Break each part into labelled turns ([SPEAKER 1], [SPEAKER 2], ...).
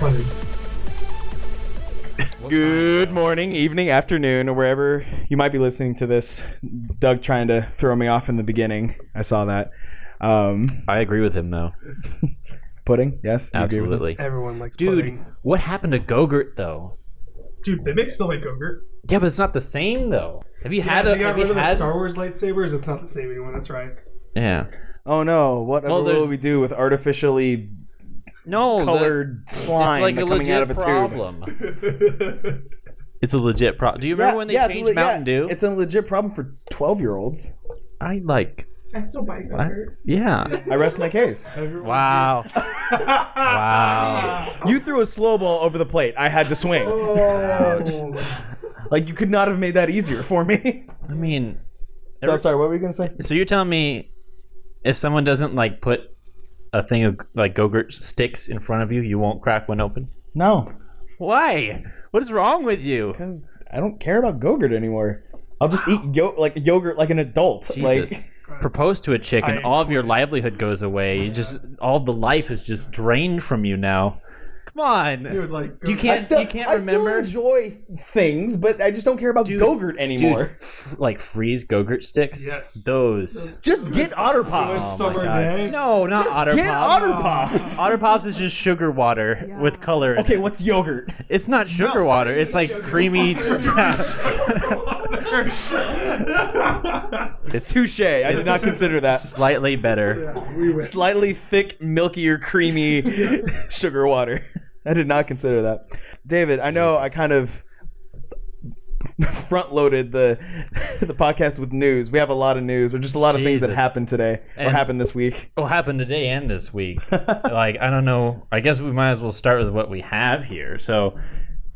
[SPEAKER 1] morning.
[SPEAKER 2] Good morning, evening, afternoon, or wherever you might be listening to this. Doug trying to throw me off in the beginning. I saw that. Um,
[SPEAKER 3] I agree with him though.
[SPEAKER 2] pudding, yes, you agree with
[SPEAKER 3] Absolutely.
[SPEAKER 1] Everyone likes
[SPEAKER 3] Dude,
[SPEAKER 1] pudding.
[SPEAKER 3] what happened to Gogurt though?
[SPEAKER 1] Dude, they make smell like yogurt.
[SPEAKER 3] Yeah, but it's not the same though. Have you had
[SPEAKER 1] yeah,
[SPEAKER 3] a?
[SPEAKER 1] they got
[SPEAKER 3] Have
[SPEAKER 1] rid
[SPEAKER 3] you
[SPEAKER 1] of the
[SPEAKER 3] had?
[SPEAKER 1] Star Wars lightsabers. It's not the same anymore. That's right.
[SPEAKER 3] yeah.
[SPEAKER 2] me? Oh no! What
[SPEAKER 3] Well,
[SPEAKER 2] will
[SPEAKER 3] there's-
[SPEAKER 2] we do with artificially
[SPEAKER 3] No, the-
[SPEAKER 2] colored slime
[SPEAKER 3] it's like
[SPEAKER 2] that
[SPEAKER 3] a
[SPEAKER 2] coming
[SPEAKER 3] legit
[SPEAKER 2] out of a tube?
[SPEAKER 3] problem. It's a legit problem. Do you remember
[SPEAKER 2] Yeah,
[SPEAKER 3] when they
[SPEAKER 2] yeah, it's a
[SPEAKER 3] changed
[SPEAKER 2] le- yeah,
[SPEAKER 3] Mountain Dew?
[SPEAKER 2] It's a legit problem for twelve-year-olds.
[SPEAKER 3] I like.
[SPEAKER 4] I still buy
[SPEAKER 3] What?
[SPEAKER 4] yogurt.
[SPEAKER 3] Yeah.
[SPEAKER 2] I rest my case.
[SPEAKER 1] Everyone
[SPEAKER 3] Wow.
[SPEAKER 1] wow.
[SPEAKER 2] You threw a slow ball over the plate. I had to swing.
[SPEAKER 1] Oh,
[SPEAKER 2] Like you could not have made that easier for me.
[SPEAKER 3] I mean,
[SPEAKER 2] So I'm sorry. What were you gonna say?
[SPEAKER 3] so you're telling me if someone doesn't like put a thing of like Gogurt sticks in front of you, you won't crack one open?
[SPEAKER 2] No,
[SPEAKER 3] Why? What is wrong with you?
[SPEAKER 2] because I don't care about Gogurt anymore. I'll just eat yo- like yogurt like an adult.
[SPEAKER 3] Jesus.
[SPEAKER 2] Like
[SPEAKER 3] Propose to a chick and
[SPEAKER 1] I-
[SPEAKER 3] all of your livelihood goes away. You just all the life is just drained from you now. Come on.
[SPEAKER 1] Dude, like,
[SPEAKER 3] Do you
[SPEAKER 1] go-
[SPEAKER 3] can't-
[SPEAKER 2] I still,
[SPEAKER 3] can't
[SPEAKER 2] I still
[SPEAKER 3] remember?
[SPEAKER 2] enjoy things, but I just don't care about Gogurt anymore.
[SPEAKER 3] Dude, like freeze Gogurt sticks?
[SPEAKER 1] Yes.
[SPEAKER 3] Those.
[SPEAKER 2] Just get Otter
[SPEAKER 1] Those
[SPEAKER 2] Pops.
[SPEAKER 3] my
[SPEAKER 1] summer
[SPEAKER 3] God.
[SPEAKER 1] day.
[SPEAKER 3] No, not Otter
[SPEAKER 2] get
[SPEAKER 3] Pops.
[SPEAKER 2] Otter Pops.
[SPEAKER 3] Otter Pops is just sugar water
[SPEAKER 4] Yeah.
[SPEAKER 3] with color. in
[SPEAKER 2] Okay,
[SPEAKER 3] it.
[SPEAKER 2] what's yogurt?
[SPEAKER 3] It's not sugar water. It's like creamy.
[SPEAKER 2] Touche. I did not consider that.
[SPEAKER 3] Slightly better.
[SPEAKER 1] yeah, we win.
[SPEAKER 2] Slightly thick, milkier, creamy sugar water. I did not consider that. David, I know I kind of front loaded the the podcast with news. We have a lot of news, or just a lot of things that
[SPEAKER 3] Jesus.
[SPEAKER 2] happened today or
[SPEAKER 3] And- Oh.
[SPEAKER 2] happened this week.
[SPEAKER 3] What happened today and this week? like I don't know. I guess we might as well start with what we have here. So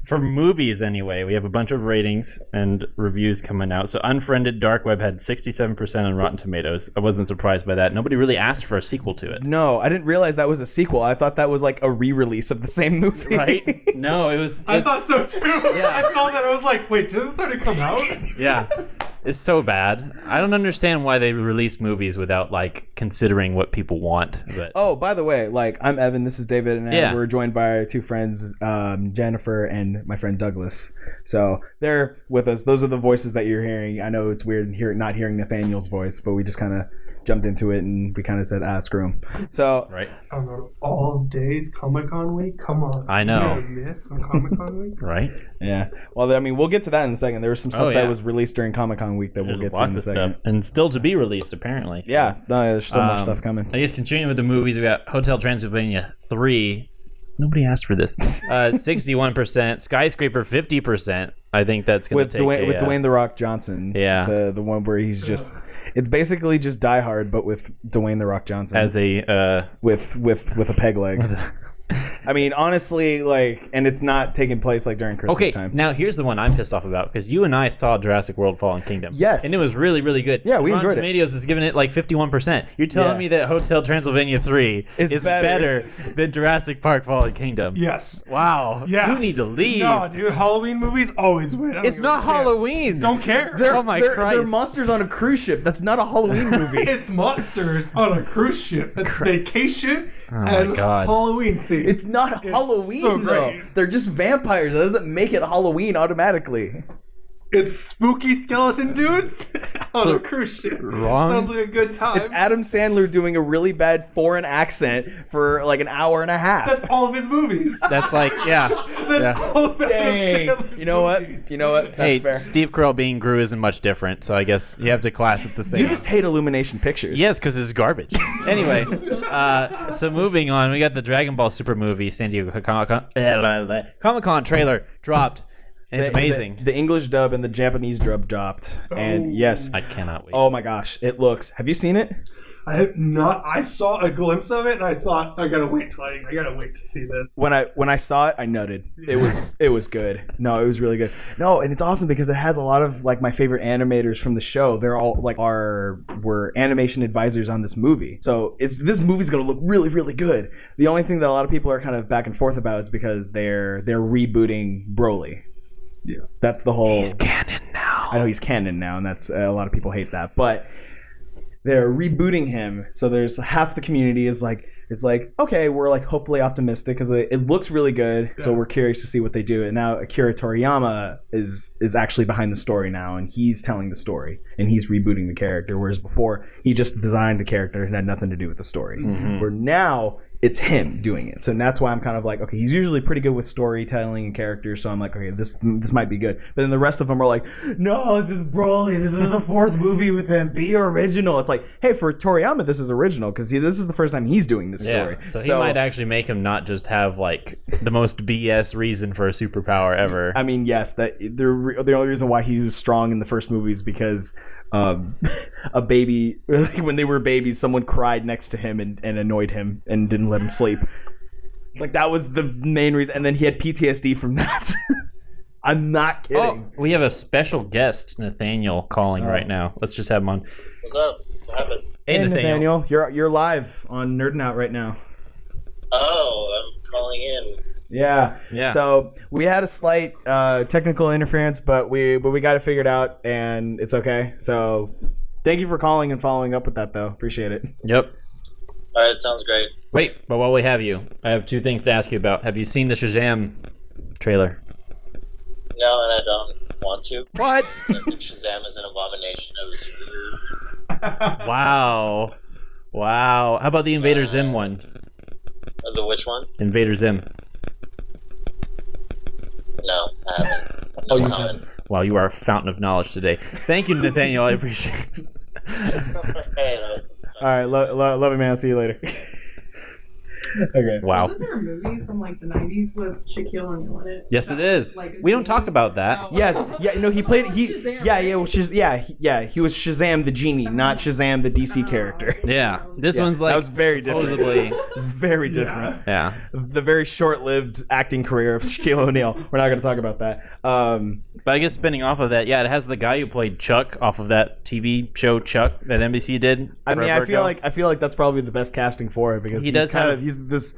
[SPEAKER 3] for movies anyway, we have a bunch of ratings and reviews coming out. So Unfriended Dark Web had 67% on Rotten Tomatoes. I wasn't surprised by that. Nobody really asked for a sequel to it.
[SPEAKER 2] No, I didn't realize that was a sequel. I thought that was like a re-release of the same movie.
[SPEAKER 3] Right? No, it was
[SPEAKER 1] I
[SPEAKER 3] it's-
[SPEAKER 1] thought so too.
[SPEAKER 3] Yeah.
[SPEAKER 1] I saw that. I was like, wait, did this already come out?
[SPEAKER 3] Yeah. It's so bad. I don't understand why they release movies without like considering what people want. But
[SPEAKER 2] oh, by the way, like I'm Evan, this is David, and
[SPEAKER 3] Yeah.
[SPEAKER 2] we're joined by our two friends, um, Jennifer and my friend Douglas. So they're with us. Those are the voices that you're hearing. I know it's weird hear, not hearing Nathaniel's voice, but we just kind of jumped into it and we kind of said, ah, screw him. So
[SPEAKER 3] right.
[SPEAKER 1] I don't know. All days Comic Con week. Come on.
[SPEAKER 3] I know.
[SPEAKER 1] You don't miss on Comic Con week.
[SPEAKER 3] Right?
[SPEAKER 2] yeah, well, I mean, we'll get to that in a second. There was some stuff
[SPEAKER 3] Oh, yeah.
[SPEAKER 2] that was released during Comic Con week that
[SPEAKER 3] There's
[SPEAKER 2] we'll get to
[SPEAKER 3] lots
[SPEAKER 2] in a
[SPEAKER 3] of
[SPEAKER 2] second.
[SPEAKER 3] stuff. And still to be released apparently. So-
[SPEAKER 2] Yeah, no, there's still much
[SPEAKER 3] Um,
[SPEAKER 2] stuff coming.
[SPEAKER 3] I guess continuing with the movies, we got Hotel Transylvania three. Nobody asked for this. Uh, Sixty-one percent, skyscraper fifty percent. I think that's gonna
[SPEAKER 2] with
[SPEAKER 3] take
[SPEAKER 2] Dwayne
[SPEAKER 3] a,
[SPEAKER 2] with
[SPEAKER 3] uh,
[SPEAKER 2] Dwayne the Rock Johnson.
[SPEAKER 3] Yeah.
[SPEAKER 2] the the one where he's just it's basically just Die Hard, but with Dwayne the Rock Johnson
[SPEAKER 3] as a uh,
[SPEAKER 2] with with with a peg leg. I mean, honestly, like, and it's not taking place like during Christmas
[SPEAKER 3] okay.
[SPEAKER 2] time.
[SPEAKER 3] Now here's the one I'm pissed off about because you and I saw Jurassic World: Fallen Kingdom.
[SPEAKER 2] Yes.
[SPEAKER 3] and it was really really good.
[SPEAKER 2] Yeah, we
[SPEAKER 3] Rotten
[SPEAKER 2] enjoyed it.
[SPEAKER 3] Tomatoes is giving it like fifty-one percent. You're telling
[SPEAKER 2] Yeah.
[SPEAKER 3] me that Hotel Transylvania three
[SPEAKER 2] Is
[SPEAKER 3] is
[SPEAKER 2] better.
[SPEAKER 3] better. than Jurassic Park: Fallen Kingdom?
[SPEAKER 1] Yes.
[SPEAKER 3] Wow.
[SPEAKER 1] Yeah.
[SPEAKER 3] You need to leave.
[SPEAKER 1] No, dude. Halloween movies always win. I don't
[SPEAKER 3] it's
[SPEAKER 1] give a
[SPEAKER 3] not
[SPEAKER 1] damn.
[SPEAKER 3] Halloween.
[SPEAKER 1] Don't care.
[SPEAKER 2] they're,
[SPEAKER 3] Oh my
[SPEAKER 2] they're,
[SPEAKER 3] Christ.
[SPEAKER 2] they're monsters on a cruise ship. That's not a Halloween movie.
[SPEAKER 1] It's monsters on a cruise ship. It's vacation
[SPEAKER 3] my
[SPEAKER 1] and
[SPEAKER 3] God.
[SPEAKER 1] Halloween themed.
[SPEAKER 2] it's not
[SPEAKER 1] It's
[SPEAKER 2] Halloween
[SPEAKER 1] so
[SPEAKER 2] though.
[SPEAKER 1] great.
[SPEAKER 2] They're just vampires. That doesn't make it Halloween automatically.
[SPEAKER 1] it's spooky skeleton dudes on a cruise ship.
[SPEAKER 3] wrong.
[SPEAKER 1] Sounds like a good time.
[SPEAKER 2] It's Adam Sandler doing a really bad foreign accent for like an hour and a half.
[SPEAKER 1] That's all of his movies.
[SPEAKER 3] That's like yeah.
[SPEAKER 1] That's
[SPEAKER 3] yeah.
[SPEAKER 1] all of Adam
[SPEAKER 2] Dang.
[SPEAKER 1] Sandler's
[SPEAKER 2] You know what?
[SPEAKER 1] movies.
[SPEAKER 2] You know what? That's
[SPEAKER 3] hey,
[SPEAKER 2] fair.
[SPEAKER 3] Steve Carell being Gru isn't much different, so I guess you have to class it the same.
[SPEAKER 2] You just hate Illumination Pictures.
[SPEAKER 3] yes, because it's garbage. anyway, uh, so moving on, we got the Dragon Ball Super movie San Diego Comic Con eh, Comic Con trailer dropped, and
[SPEAKER 2] The-
[SPEAKER 3] it's amazing.
[SPEAKER 2] The, the English dub and the Japanese dub dropped,
[SPEAKER 1] Oh.
[SPEAKER 2] and yes,
[SPEAKER 3] I cannot wait.
[SPEAKER 2] oh my gosh, it looks. Have you seen it?
[SPEAKER 1] I have not. I saw a glimpse of it, and I thought, I gotta wait till I, I gotta wait to see this.
[SPEAKER 2] When I when I saw it, I nutted. It was it was good. No, it was really good. No, and it's awesome because it has a lot of like my favorite animators from the show. They're all like are were animation advisors on this movie. So it's this movie's gonna look really really good. The only thing that a lot of people are kind of back and forth about is because they're they're rebooting Broly.
[SPEAKER 1] Yeah.
[SPEAKER 2] that's the whole.
[SPEAKER 3] canon now.
[SPEAKER 2] I know he's canon now, and that's uh, a lot of people hate that. But they're rebooting him, so there's half the community is like, is like, okay, we're like hopefully optimistic because it, it looks really good, so
[SPEAKER 1] Yeah.
[SPEAKER 2] we're curious to see what they do. And now Akira Toriyama is is actually behind the story now, and he's telling the story and he's rebooting the character, whereas before he just designed the character and had nothing to do with the story.
[SPEAKER 3] Mm.
[SPEAKER 2] Where now it's him doing it, so that's why I'm kind of like, okay, he's usually pretty good with storytelling and characters, so I'm like, okay, this this might be good. But then the rest of them are like, no, this is Broly. This is the fourth movie with him. Be original. It's like, hey, for Toriyama, this is original because this is the first time he's doing this
[SPEAKER 3] Yeah.
[SPEAKER 2] story.
[SPEAKER 3] So he might actually make him not just have like the most BS reason for a superpower ever.
[SPEAKER 2] I mean, yes, that the re- the only reason why he was strong in the first movie is because um, a baby when they were babies, someone cried next to him and, and annoyed him and didn't let him sleep. Like that was the main reason, and then he had PTSD from that. I'm not kidding. Oh.
[SPEAKER 3] Oh, we have a special guest, Nathaniel, calling right now. Let's just have him on.
[SPEAKER 4] What's up? What happened?
[SPEAKER 3] Hey, Nathaniel.
[SPEAKER 2] you're you're live on Nerding Out right now.
[SPEAKER 4] Oh, I'm calling in.
[SPEAKER 2] Yeah.
[SPEAKER 3] Yeah.
[SPEAKER 2] So we had a slight uh, technical interference, but we but we got it figured out, and it's okay. So thank you for calling and following up with that, though. Appreciate it.
[SPEAKER 3] Yep.
[SPEAKER 4] All right, sounds great.
[SPEAKER 3] Wait, but while we have you, I have two things to ask you about. Have you seen the Shazam trailer?
[SPEAKER 4] No, and I don't want to.
[SPEAKER 3] What?
[SPEAKER 4] I think Shazam is an abomination of a superhero.
[SPEAKER 3] wow. Wow. How about the Invader Zim one?
[SPEAKER 4] Of The which one?
[SPEAKER 3] Invader Zim.
[SPEAKER 4] No, I haven't. No
[SPEAKER 3] Oh, you
[SPEAKER 4] comment.
[SPEAKER 3] Wow, you are a fountain of knowledge today. Thank you, Nathaniel. I appreciate it.
[SPEAKER 4] Hey, no.
[SPEAKER 2] All right, lo- lo- love it, man. I'll see you later. okay.
[SPEAKER 3] wow.
[SPEAKER 5] Wasn't there a movie from like the 90s with Shaquille O'Neal in it?
[SPEAKER 3] Yes, it is.
[SPEAKER 5] Like,
[SPEAKER 3] We don't talk about that.
[SPEAKER 2] Yes. Yeah. No. He played.
[SPEAKER 5] Oh,
[SPEAKER 2] He.
[SPEAKER 5] Shazam,
[SPEAKER 2] Yeah.
[SPEAKER 5] right?
[SPEAKER 2] Yeah. Well, Shaz- yeah. he- Yeah. He was Shazam the genie, not Shazam the DC
[SPEAKER 5] Oh,
[SPEAKER 2] character.
[SPEAKER 3] Yeah. This
[SPEAKER 2] Yeah,
[SPEAKER 3] one's like
[SPEAKER 2] that was very different.
[SPEAKER 3] supposedly.
[SPEAKER 2] It's very different.
[SPEAKER 3] yeah.
[SPEAKER 2] The very short-lived acting career of Shaquille O'Neal. We're not going to talk about that. Um,
[SPEAKER 3] But I guess spinning off of that, yeah, it has the guy who played Chuck off of that TV show Chuck that NBC did.
[SPEAKER 2] I mean, I
[SPEAKER 3] forever
[SPEAKER 2] feel
[SPEAKER 3] ago.
[SPEAKER 2] like I feel like that's probably the best casting for it because
[SPEAKER 3] He
[SPEAKER 2] he's
[SPEAKER 3] does
[SPEAKER 2] kind
[SPEAKER 3] have-
[SPEAKER 2] of he's this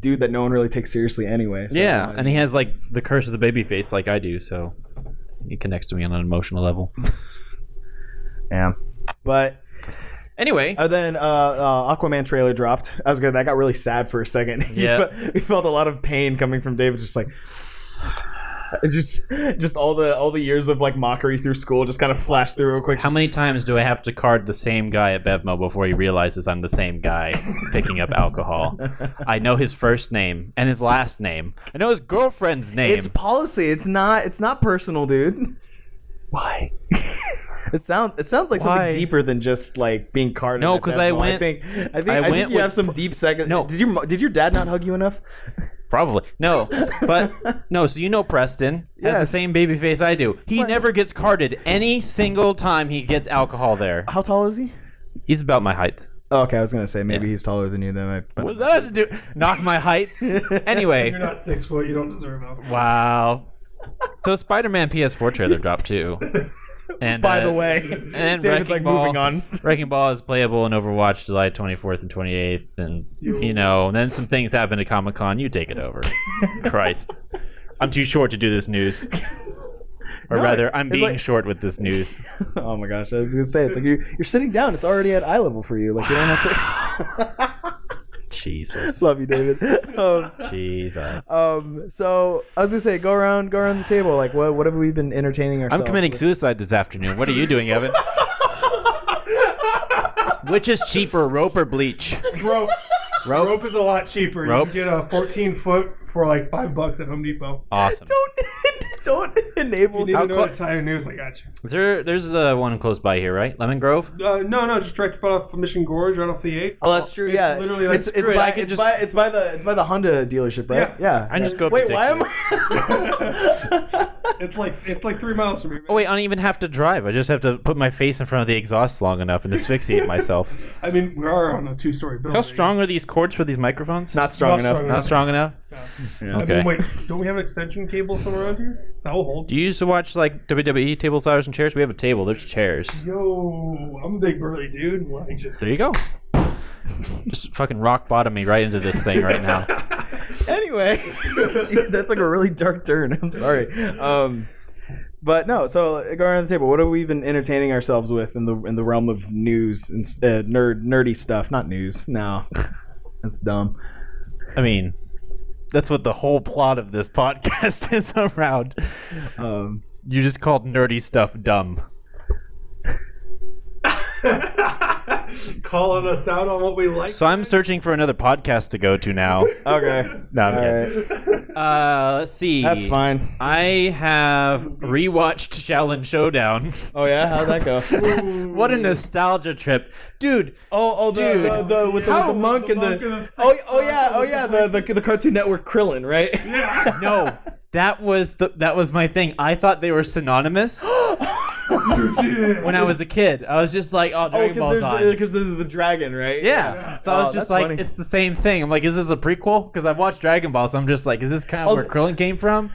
[SPEAKER 2] dude that no one really takes seriously anyway. so,
[SPEAKER 3] yeah,
[SPEAKER 2] I
[SPEAKER 3] and he has like the curse of the baby face, like I do, so he connects to me on an emotional level.
[SPEAKER 2] yeah. But
[SPEAKER 3] Anyway,
[SPEAKER 2] And then uh, uh, Aquaman trailer dropped. I was good. That got really sad for a second. You
[SPEAKER 3] Yeah.
[SPEAKER 2] fe- we felt a lot of pain coming from David. Just like, it's just, just all the all the years of like mockery through school just kind of flashed through real quick.
[SPEAKER 3] how many times do I have to card the same guy at Bevmo before he realizes I'm the same guy picking up alcohol? I know his first name and his last name. I know his girlfriend's name.
[SPEAKER 2] It's policy. It's not. It's not personal, dude.
[SPEAKER 3] why?
[SPEAKER 2] It sounds. It sounds like
[SPEAKER 3] Why?
[SPEAKER 2] something deeper than just like being carded.
[SPEAKER 3] No,
[SPEAKER 2] at
[SPEAKER 3] 'cause I
[SPEAKER 2] Bevmo. I
[SPEAKER 3] went-
[SPEAKER 2] think. I think,
[SPEAKER 3] I
[SPEAKER 2] I think
[SPEAKER 3] went
[SPEAKER 2] you
[SPEAKER 3] with-
[SPEAKER 2] have some deep second.
[SPEAKER 3] No.
[SPEAKER 2] Did your mo- Did your dad not hug you enough?
[SPEAKER 3] Probably no, but no. So you know Preston has the
[SPEAKER 2] Yes.
[SPEAKER 3] same baby face I do. He
[SPEAKER 2] Right.
[SPEAKER 3] never gets carded any single time he gets alcohol there.
[SPEAKER 2] How tall is he?
[SPEAKER 3] He's about my height.
[SPEAKER 2] Oh, okay, I was gonna say maybe
[SPEAKER 3] Yeah.
[SPEAKER 2] he's taller than you. Then I. but-
[SPEAKER 3] What does that have to do? Knock my height.
[SPEAKER 1] You're
[SPEAKER 3] Anyway,
[SPEAKER 1] not six foot. You don't deserve it.
[SPEAKER 3] wow. So Spider-Man PS4 trailer dropped too. And
[SPEAKER 2] By the
[SPEAKER 3] uh,
[SPEAKER 2] way,
[SPEAKER 3] and
[SPEAKER 2] David's
[SPEAKER 3] Wrecking
[SPEAKER 2] like
[SPEAKER 3] Ball.
[SPEAKER 2] moving on.
[SPEAKER 3] Wrecking Ball is playable in Overwatch July 24th and 28th, and you know, and then some things happen at Comic Con. You take it over. Christ, I'm too short to do this news. Or
[SPEAKER 2] No,
[SPEAKER 3] rather, I'm
[SPEAKER 2] it's
[SPEAKER 3] being
[SPEAKER 2] like-
[SPEAKER 3] short with this news.
[SPEAKER 2] oh my gosh, I was gonna say it's like you're, you're sitting down. It's already at eye level for you. Like you don't have
[SPEAKER 3] Jesus,
[SPEAKER 2] to. Love you, David. Um,
[SPEAKER 3] Jesus.
[SPEAKER 2] um, so I was gonna say, go around, go around the table. Like, what, what have we been entertaining ourselves?
[SPEAKER 3] I'm committing
[SPEAKER 2] with?
[SPEAKER 3] suicide this afternoon. What are you doing, Evan? Which is cheaper, rope or bleach?
[SPEAKER 1] Rope.
[SPEAKER 3] Rope.
[SPEAKER 1] Rope is a lot cheaper.
[SPEAKER 3] Rope.
[SPEAKER 1] You can get a 14 foot for like five bucks at Home Depot.
[SPEAKER 3] Awesome.
[SPEAKER 2] don't don't
[SPEAKER 1] You
[SPEAKER 2] enable.
[SPEAKER 1] need to
[SPEAKER 3] How
[SPEAKER 1] know
[SPEAKER 3] clo-
[SPEAKER 1] how to tie a noose. I got you.
[SPEAKER 3] Is there, there's uh, one close by here, right? Lemon Grove.
[SPEAKER 1] Uh, no, no, just direct right off the Mission Gorge, right off the eight.
[SPEAKER 3] Oh, that's true.
[SPEAKER 1] It's
[SPEAKER 2] yeah,
[SPEAKER 1] literally like
[SPEAKER 2] it's, it's,
[SPEAKER 3] screw it,
[SPEAKER 2] by,
[SPEAKER 3] I could
[SPEAKER 2] it's
[SPEAKER 3] just-
[SPEAKER 2] by it's by the it's by the Honda dealership, right? Yeah.
[SPEAKER 3] I can just go up
[SPEAKER 2] Wait,
[SPEAKER 3] to
[SPEAKER 2] why am I?
[SPEAKER 1] Dixie. It's like it's like three miles from here. man.
[SPEAKER 3] Oh wait, I don't even have to drive. I just have to put my face in front of the exhaust long enough and asphyxiate myself.
[SPEAKER 1] I mean, we are on a two-story building.
[SPEAKER 3] How strong are these cords for these microphones?
[SPEAKER 2] Not strong
[SPEAKER 1] Not
[SPEAKER 2] enough.
[SPEAKER 1] strong
[SPEAKER 3] Not strong enough.
[SPEAKER 2] Yeah.
[SPEAKER 1] Uh, I
[SPEAKER 3] Okay.
[SPEAKER 1] mean, wait, don't we have an extension cable somewhere around here? That will hold.
[SPEAKER 3] Do you used to watch like WWE tables, tires, and chairs? We have a table. There's chairs.
[SPEAKER 1] Yo, I'm a big burly dude. Like just
[SPEAKER 3] There you go. Just fucking rock bottom me right into this thing right now.
[SPEAKER 2] anyway, Jeez, that's like a really dark turn. I'm sorry. Um, but no, so uh, go around the table. What have we been entertaining ourselves with in the in the realm of news and s- uh, nerd nerdy stuff? Not news. No, That's dumb.
[SPEAKER 3] I mean, that's what the whole plot of this podcast is around.
[SPEAKER 2] Um,
[SPEAKER 3] You just called nerdy stuff dumb.
[SPEAKER 1] Calling us out on what we like.
[SPEAKER 3] So I'm searching for another podcast to go to now.
[SPEAKER 2] okay.
[SPEAKER 3] No, I'm
[SPEAKER 2] All
[SPEAKER 3] kidding.
[SPEAKER 2] right.
[SPEAKER 3] Uh, let's see.
[SPEAKER 2] That's fine.
[SPEAKER 3] I have rewatched Shaolin Showdown.
[SPEAKER 2] Oh yeah, how'd that go?
[SPEAKER 3] what a nostalgia trip, dude!
[SPEAKER 2] Oh, oh, the,
[SPEAKER 3] Dude.
[SPEAKER 2] the, the- with, the, with
[SPEAKER 1] How-
[SPEAKER 2] the monk and the,
[SPEAKER 1] monk and the-
[SPEAKER 2] oh, oh yeah, oh yeah, the, the the Cartoon Network Krillin, right?
[SPEAKER 1] Yeah.
[SPEAKER 3] No, that was the that was my thing. I thought they were synonymous
[SPEAKER 1] You did.
[SPEAKER 3] when I was a kid. I was just like, oh,
[SPEAKER 2] oh,
[SPEAKER 3] Dragon Ball's
[SPEAKER 2] because
[SPEAKER 3] on.
[SPEAKER 2] there's, the- 'cause there's the dragon, right?
[SPEAKER 3] Yeah.
[SPEAKER 1] Yeah.
[SPEAKER 3] So I
[SPEAKER 2] Oh,
[SPEAKER 3] was just
[SPEAKER 2] that's
[SPEAKER 3] like,
[SPEAKER 2] funny.
[SPEAKER 3] it's the same thing. I'm like, is this a prequel? Because I've watched Dragon Ball, so I'm just like, is this kind of
[SPEAKER 2] Oh,
[SPEAKER 3] where
[SPEAKER 2] th-
[SPEAKER 3] Krillin came from?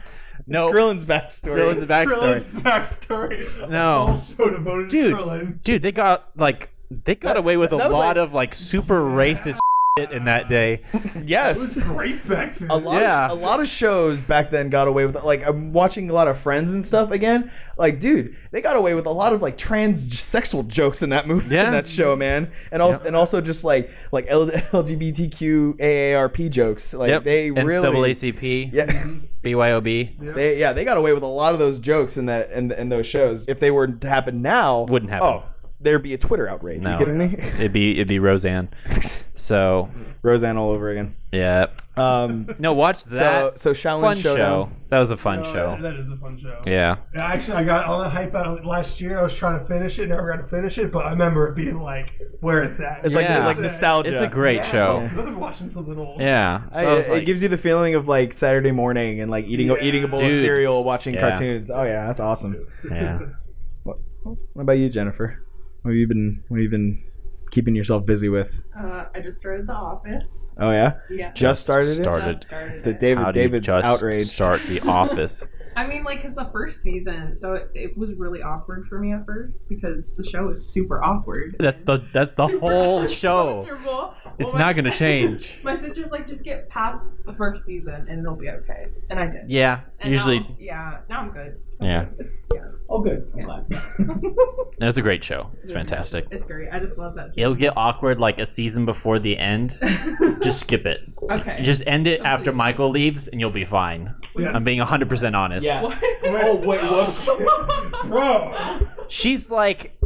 [SPEAKER 3] No.
[SPEAKER 2] Krillin's backstory.
[SPEAKER 3] Krillin's backstory.
[SPEAKER 1] Krillin's backstory.
[SPEAKER 3] No.
[SPEAKER 1] All show devoted
[SPEAKER 3] Dude.
[SPEAKER 1] to Krillin.
[SPEAKER 3] Dude, they got like they got
[SPEAKER 2] That-
[SPEAKER 3] away with a
[SPEAKER 2] that was like-
[SPEAKER 3] lot of like super racist shit in that day.
[SPEAKER 1] It was
[SPEAKER 2] yes.
[SPEAKER 1] great back then.
[SPEAKER 2] A lot,
[SPEAKER 3] Uh, Yeah.
[SPEAKER 2] of, a lot of shows back then got away with like I'm watching a lot of Friends and stuff again. Like, dude, they got away with a lot of like transsexual jokes in that movie,
[SPEAKER 3] Yeah.
[SPEAKER 2] in that show, man, and also
[SPEAKER 3] Yeah.
[SPEAKER 2] and also just like like L- LGBTQ AARP jokes. Like they really,
[SPEAKER 3] NAACP,
[SPEAKER 2] yeah.
[SPEAKER 3] BYOB
[SPEAKER 1] Yeah.
[SPEAKER 2] They yeah, they got away with a lot of those jokes in that in, in those shows. If they were to happen now,
[SPEAKER 3] wouldn't happen.
[SPEAKER 2] Oh, there'd be a Twitter outrage.
[SPEAKER 3] No.
[SPEAKER 2] You kidding me?
[SPEAKER 3] It'd be it'd be Roseanne. So
[SPEAKER 2] Roseanne all over again.
[SPEAKER 3] yeah.
[SPEAKER 2] Um,
[SPEAKER 3] No, watch that.
[SPEAKER 2] so so Shaolin
[SPEAKER 3] fun
[SPEAKER 2] Showdown.
[SPEAKER 3] show. That was a fun
[SPEAKER 1] No, that-
[SPEAKER 3] show.
[SPEAKER 1] that is a fun show.
[SPEAKER 3] Yeah.
[SPEAKER 1] Yeah, Actually, I got all the hype out of it last year. I was trying to finish it, never got to finish it, but I remember it being like where it's at.
[SPEAKER 2] It's
[SPEAKER 3] Yeah.
[SPEAKER 2] like it's like nostalgia.
[SPEAKER 3] It's a great
[SPEAKER 1] Yeah,
[SPEAKER 3] show.
[SPEAKER 1] I love watching something old.
[SPEAKER 3] Yeah. So I
[SPEAKER 2] I-
[SPEAKER 3] was
[SPEAKER 2] it
[SPEAKER 3] like-
[SPEAKER 2] gives you the feeling of like Saturday morning and like eating
[SPEAKER 1] Yeah.
[SPEAKER 2] eating a bowl of
[SPEAKER 3] Dude.
[SPEAKER 2] cereal, watching
[SPEAKER 3] Yeah.
[SPEAKER 2] cartoons. Oh yeah, that's awesome.
[SPEAKER 3] yeah.
[SPEAKER 2] What about you, Jennifer? What have you been What have you been keeping yourself busy with?
[SPEAKER 5] Uh, I just started The Office.
[SPEAKER 2] Oh yeah,
[SPEAKER 5] Yeah.
[SPEAKER 2] just started it.
[SPEAKER 3] started.
[SPEAKER 5] Just started
[SPEAKER 2] The
[SPEAKER 5] it.
[SPEAKER 2] David
[SPEAKER 3] How do you
[SPEAKER 2] David's
[SPEAKER 3] just
[SPEAKER 2] outrage.
[SPEAKER 3] start The Office?
[SPEAKER 5] I mean, like, cause the first season, so it, it was really awkward for me at first because the show is super awkward.
[SPEAKER 3] That's the that's the
[SPEAKER 5] Super
[SPEAKER 3] whole show.
[SPEAKER 5] uncomfortable.
[SPEAKER 3] It's
[SPEAKER 5] Well,
[SPEAKER 3] not
[SPEAKER 5] my-
[SPEAKER 3] gonna change.
[SPEAKER 5] My sister's like, just get past the first season and it'll be okay, and I did.
[SPEAKER 3] Yeah,
[SPEAKER 5] And
[SPEAKER 3] usually
[SPEAKER 5] now- yeah. Now I'm good.
[SPEAKER 3] Yeah.
[SPEAKER 5] It's,
[SPEAKER 1] Oh, good. I'm glad.
[SPEAKER 5] yeah.
[SPEAKER 3] that's a great show. It's
[SPEAKER 5] Yeah.
[SPEAKER 3] fantastic.
[SPEAKER 5] it's great. I just love that.
[SPEAKER 3] It'll get awkward like a season before the end. Just skip it.
[SPEAKER 5] okay.
[SPEAKER 3] Just end it after
[SPEAKER 5] Completely.
[SPEAKER 3] Michael leaves, and you'll be fine.
[SPEAKER 1] Yes.
[SPEAKER 3] I'm being 100% honest.
[SPEAKER 2] Yeah.
[SPEAKER 5] What?
[SPEAKER 1] Oh, wait, whoops. Bro.
[SPEAKER 3] She's like,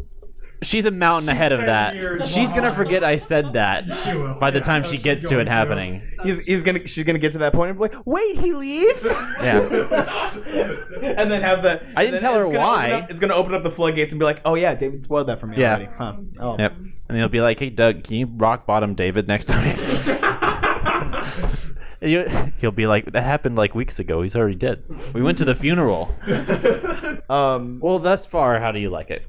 [SPEAKER 3] she's a mountain ahead of
[SPEAKER 1] 10
[SPEAKER 3] that.
[SPEAKER 1] years
[SPEAKER 3] She's gonna
[SPEAKER 1] behind.
[SPEAKER 3] forget I said that
[SPEAKER 1] She will.
[SPEAKER 3] by the
[SPEAKER 1] Yeah,
[SPEAKER 3] time
[SPEAKER 1] no,
[SPEAKER 3] she
[SPEAKER 1] she's
[SPEAKER 3] gets to
[SPEAKER 1] going
[SPEAKER 3] it happening.
[SPEAKER 2] He's, he's gonna she's gonna get to that point and be like, wait, he leaves.
[SPEAKER 3] Yeah.
[SPEAKER 2] and then have the.
[SPEAKER 3] I didn't
[SPEAKER 2] then
[SPEAKER 3] tell her
[SPEAKER 2] it's gonna
[SPEAKER 3] why.
[SPEAKER 2] open up- it's gonna open up the floodgates and be like, oh yeah, David spoiled that for me
[SPEAKER 3] Yeah.
[SPEAKER 2] already. Huh. Oh.
[SPEAKER 3] Yep. And he'll be like, hey, Doug, can you rock bottom David next time?
[SPEAKER 2] Oh.
[SPEAKER 3] And you- he'll be like, that happened like weeks ago. He's already dead. We went to the funeral.
[SPEAKER 2] Um.
[SPEAKER 3] Well, thus far, how do you like it?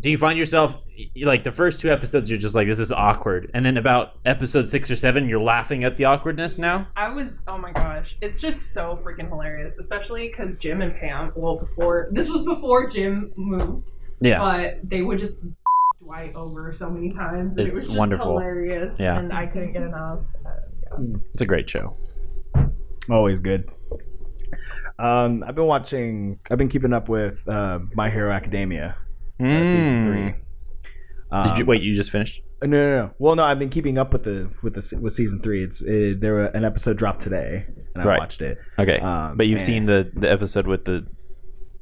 [SPEAKER 3] Do you find yourself you- like the first two episodes? You're just like, this is awkward, and then about episode six or seven, you're laughing at the awkwardness now.
[SPEAKER 5] I was, oh my gosh, it's just so freaking hilarious, especially because Jim and Pam. Well, before this was before Jim moved,
[SPEAKER 2] Uh,
[SPEAKER 3] Yeah,
[SPEAKER 5] but they would just Dwight over so many times. and
[SPEAKER 3] It's
[SPEAKER 5] it was just
[SPEAKER 3] wonderful.
[SPEAKER 5] hilarious,
[SPEAKER 3] Yeah.
[SPEAKER 5] and I couldn't get enough.
[SPEAKER 3] it's a great show.
[SPEAKER 2] Always good. Um. I've been watching. I've been keeping up with uh, My Hero Academia uh, season three. Um,
[SPEAKER 3] Mm. Hmm. Did you wait? You just finished?
[SPEAKER 2] No, no, no. Well, no. I've been keeping up with the with the se- with season three. It's it, there were, an episode dropped today, and I
[SPEAKER 3] Right.
[SPEAKER 2] watched it.
[SPEAKER 3] Okay,
[SPEAKER 2] Um,
[SPEAKER 3] but you've
[SPEAKER 2] man.
[SPEAKER 3] seen the the episode with the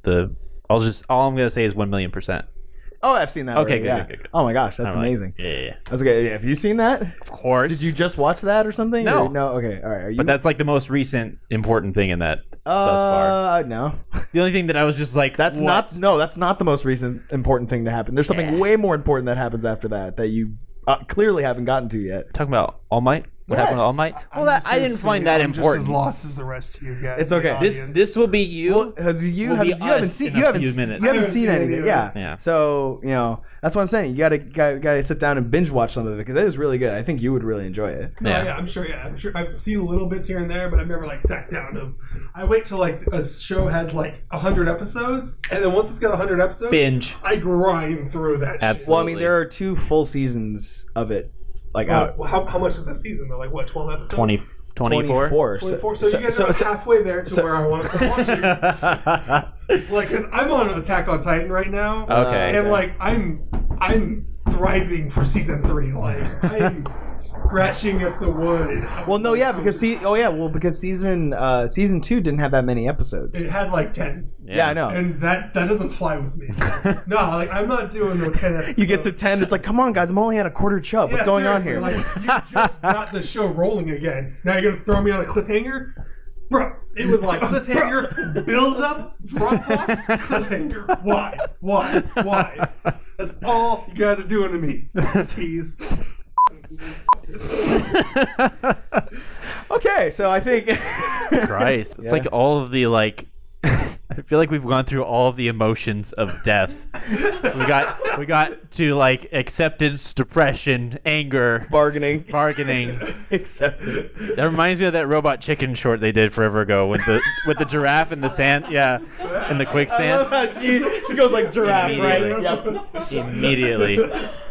[SPEAKER 3] the. I'll just all I'm gonna say is one million percent.
[SPEAKER 2] Oh, I've seen that.
[SPEAKER 3] Okay,
[SPEAKER 2] already,
[SPEAKER 3] good,
[SPEAKER 2] yeah.
[SPEAKER 3] good, good, good.
[SPEAKER 2] Oh my gosh, that's
[SPEAKER 3] I'm like,
[SPEAKER 2] amazing.
[SPEAKER 3] yeah, yeah, yeah.
[SPEAKER 2] That's okay. Have you seen that?
[SPEAKER 3] of course.
[SPEAKER 2] Did you just watch that or something?
[SPEAKER 3] No.
[SPEAKER 2] Or- no. Okay. All right. Are you,
[SPEAKER 3] But that's like the most recent important thing in that.
[SPEAKER 2] uh,
[SPEAKER 3] thus far.
[SPEAKER 2] No.
[SPEAKER 3] The only thing that I was just like,
[SPEAKER 2] That's
[SPEAKER 3] what?
[SPEAKER 2] not. No, that's not the most recent important thing to happen. There's something
[SPEAKER 3] Yeah.
[SPEAKER 2] way more important that happens after that that you uh, clearly haven't gotten to yet.
[SPEAKER 3] talking about All Might. What happened to
[SPEAKER 2] Yes.
[SPEAKER 3] All Might?
[SPEAKER 1] I'm
[SPEAKER 3] Well, that,
[SPEAKER 1] just
[SPEAKER 3] I
[SPEAKER 1] gonna
[SPEAKER 3] didn't
[SPEAKER 1] say
[SPEAKER 3] find that
[SPEAKER 1] I'm
[SPEAKER 3] important.
[SPEAKER 1] Just as lost as the rest of you guys.
[SPEAKER 2] It's
[SPEAKER 1] in the
[SPEAKER 2] okay.
[SPEAKER 3] This
[SPEAKER 1] audience.
[SPEAKER 3] this will be you.
[SPEAKER 2] Well, 'cause you
[SPEAKER 3] will be
[SPEAKER 2] haven't, you haven't
[SPEAKER 3] us
[SPEAKER 2] seen
[SPEAKER 3] in
[SPEAKER 2] you
[SPEAKER 3] a
[SPEAKER 2] haven't
[SPEAKER 3] few
[SPEAKER 2] s-
[SPEAKER 3] minutes.
[SPEAKER 2] you haven't seen anything.
[SPEAKER 1] either.
[SPEAKER 2] Yeah.
[SPEAKER 3] Yeah.
[SPEAKER 2] So you know that's what I'm saying. You gotta gotta, gotta sit down and binge watch some of it because it is really good. I think you would really enjoy it.
[SPEAKER 1] No,
[SPEAKER 3] Yeah.
[SPEAKER 1] Oh, yeah. I'm sure. Yeah, I'm sure. I've seen little bits here and there, but I've never like sat down. And, I wait till like a show has like hundred episodes, and then once it's got hundred episodes,
[SPEAKER 3] binge.
[SPEAKER 1] I grind through that.
[SPEAKER 3] Abs-
[SPEAKER 1] Shit.
[SPEAKER 2] Well, I mean
[SPEAKER 3] Absolutely. Oh,
[SPEAKER 2] there are two full seasons of it, like out.
[SPEAKER 1] Well, uh, how, how much is a season though? Like what, twelve episodes?
[SPEAKER 3] 20, 24?
[SPEAKER 2] 24. So-
[SPEAKER 1] 24. So,
[SPEAKER 2] so-
[SPEAKER 1] you guys
[SPEAKER 2] so-
[SPEAKER 1] are
[SPEAKER 2] so-
[SPEAKER 1] halfway there to
[SPEAKER 2] so-
[SPEAKER 1] where I want to start watching. like, cause I'm on Attack on Titan right now,
[SPEAKER 2] Uh,
[SPEAKER 3] okay.
[SPEAKER 1] and like I'm I'm thriving for season three. Like I'm scratching at the wood.
[SPEAKER 2] Well, no, yeah, because see, oh yeah, well because season uh season two didn't have that many episodes.
[SPEAKER 1] it had like ten,
[SPEAKER 2] Yeah, I know.
[SPEAKER 1] and that that doesn't fly with me. no, like I'm not doing no ten. Episodes.
[SPEAKER 2] You get to ten, it's like, come on, guys, I'm only at a quarter chub. What's
[SPEAKER 1] Yeah,
[SPEAKER 2] going on
[SPEAKER 1] seriously,
[SPEAKER 2] here?
[SPEAKER 1] Like, you just got the show rolling again. Now you're gonna throw me on a cliffhanger, bro. It was like cliffhanger, build up, drop off, cliffhanger. Why? Why? Why? That's all you guys are doing to me. Tease.
[SPEAKER 2] okay, so I think.
[SPEAKER 3] Christ. It's
[SPEAKER 2] Yeah.
[SPEAKER 3] like all of the like I feel like we've gone through all of the emotions of death. We got we got to like acceptance, depression, anger,
[SPEAKER 2] bargaining,
[SPEAKER 3] bargaining.
[SPEAKER 2] acceptance.
[SPEAKER 3] That reminds me of that robot chicken short they did forever ago with the with the giraffe in the sand, yeah, in
[SPEAKER 2] I
[SPEAKER 3] the
[SPEAKER 2] love
[SPEAKER 3] quicksand.
[SPEAKER 2] how she, she goes like giraffe, right?
[SPEAKER 3] Immediately.
[SPEAKER 2] Yep.
[SPEAKER 3] Immediately.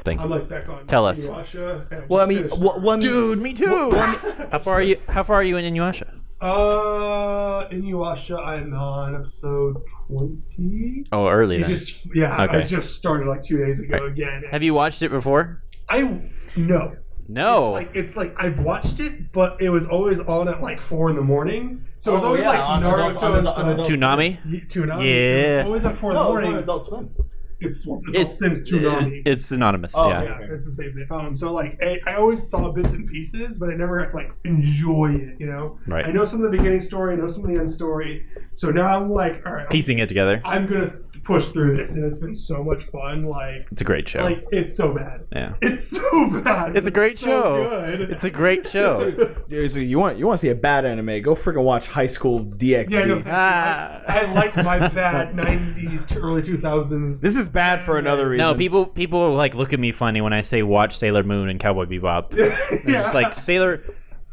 [SPEAKER 3] Thank
[SPEAKER 1] I'm
[SPEAKER 3] you.
[SPEAKER 1] like back on.
[SPEAKER 3] Tell us.
[SPEAKER 1] Inuyasha, and I'm
[SPEAKER 2] Well, I
[SPEAKER 1] just
[SPEAKER 2] mean,
[SPEAKER 1] finished.
[SPEAKER 2] wha- one
[SPEAKER 3] Dude, me too. how far are you how far are you in Inuyasha?
[SPEAKER 1] uh, Inuyasha, I'm on episode twenty.
[SPEAKER 3] Oh, early
[SPEAKER 1] You
[SPEAKER 3] then.
[SPEAKER 1] just yeah, I
[SPEAKER 3] Okay.
[SPEAKER 1] just started like two days ago again.
[SPEAKER 3] Have you watched it before?
[SPEAKER 1] I no.
[SPEAKER 3] No.
[SPEAKER 1] Like it's like I've watched it, but it was always on at like four in the morning. So it was
[SPEAKER 2] Oh,
[SPEAKER 1] always
[SPEAKER 2] yeah,
[SPEAKER 1] like
[SPEAKER 2] on
[SPEAKER 1] Naruto
[SPEAKER 2] adults- on
[SPEAKER 1] and
[SPEAKER 2] adult- on
[SPEAKER 1] stuff.
[SPEAKER 2] adults.
[SPEAKER 3] Toonami?
[SPEAKER 1] Y- Toonami.
[SPEAKER 3] Yeah.
[SPEAKER 1] It's always at four in the morning.
[SPEAKER 2] Adult Swim.
[SPEAKER 1] It's it's
[SPEAKER 3] It's
[SPEAKER 1] Sims Toonami.
[SPEAKER 3] It's synonymous,
[SPEAKER 2] Oh,
[SPEAKER 3] yeah.
[SPEAKER 1] yeah, it's the same thing. Um, so like I, I always saw bits and pieces, but I never got to like enjoy it. You know,
[SPEAKER 3] Right.
[SPEAKER 1] I know some of the beginning story, I know some of the end story. So now I'm like, all right, I'm,
[SPEAKER 3] Piecing it together.
[SPEAKER 1] I'm gonna push through this, and it's been so much fun. Like,
[SPEAKER 3] It's a great show.
[SPEAKER 1] like it's so bad.
[SPEAKER 3] yeah.
[SPEAKER 1] It's so bad. but
[SPEAKER 3] It's a great
[SPEAKER 1] so
[SPEAKER 3] show.
[SPEAKER 1] Good.
[SPEAKER 3] It's a great show.
[SPEAKER 2] Dude, so you want you want to see a bad anime? Go freaking watch High School DxD.
[SPEAKER 1] Yeah, no, thank you.
[SPEAKER 3] Ah.
[SPEAKER 1] I, I like my bad '90s to early 2000s.
[SPEAKER 2] this is bad for another reason.
[SPEAKER 3] No, people people like look at me funny when I say watch Sailor Moon and Cowboy Bebop. They're just like Sailor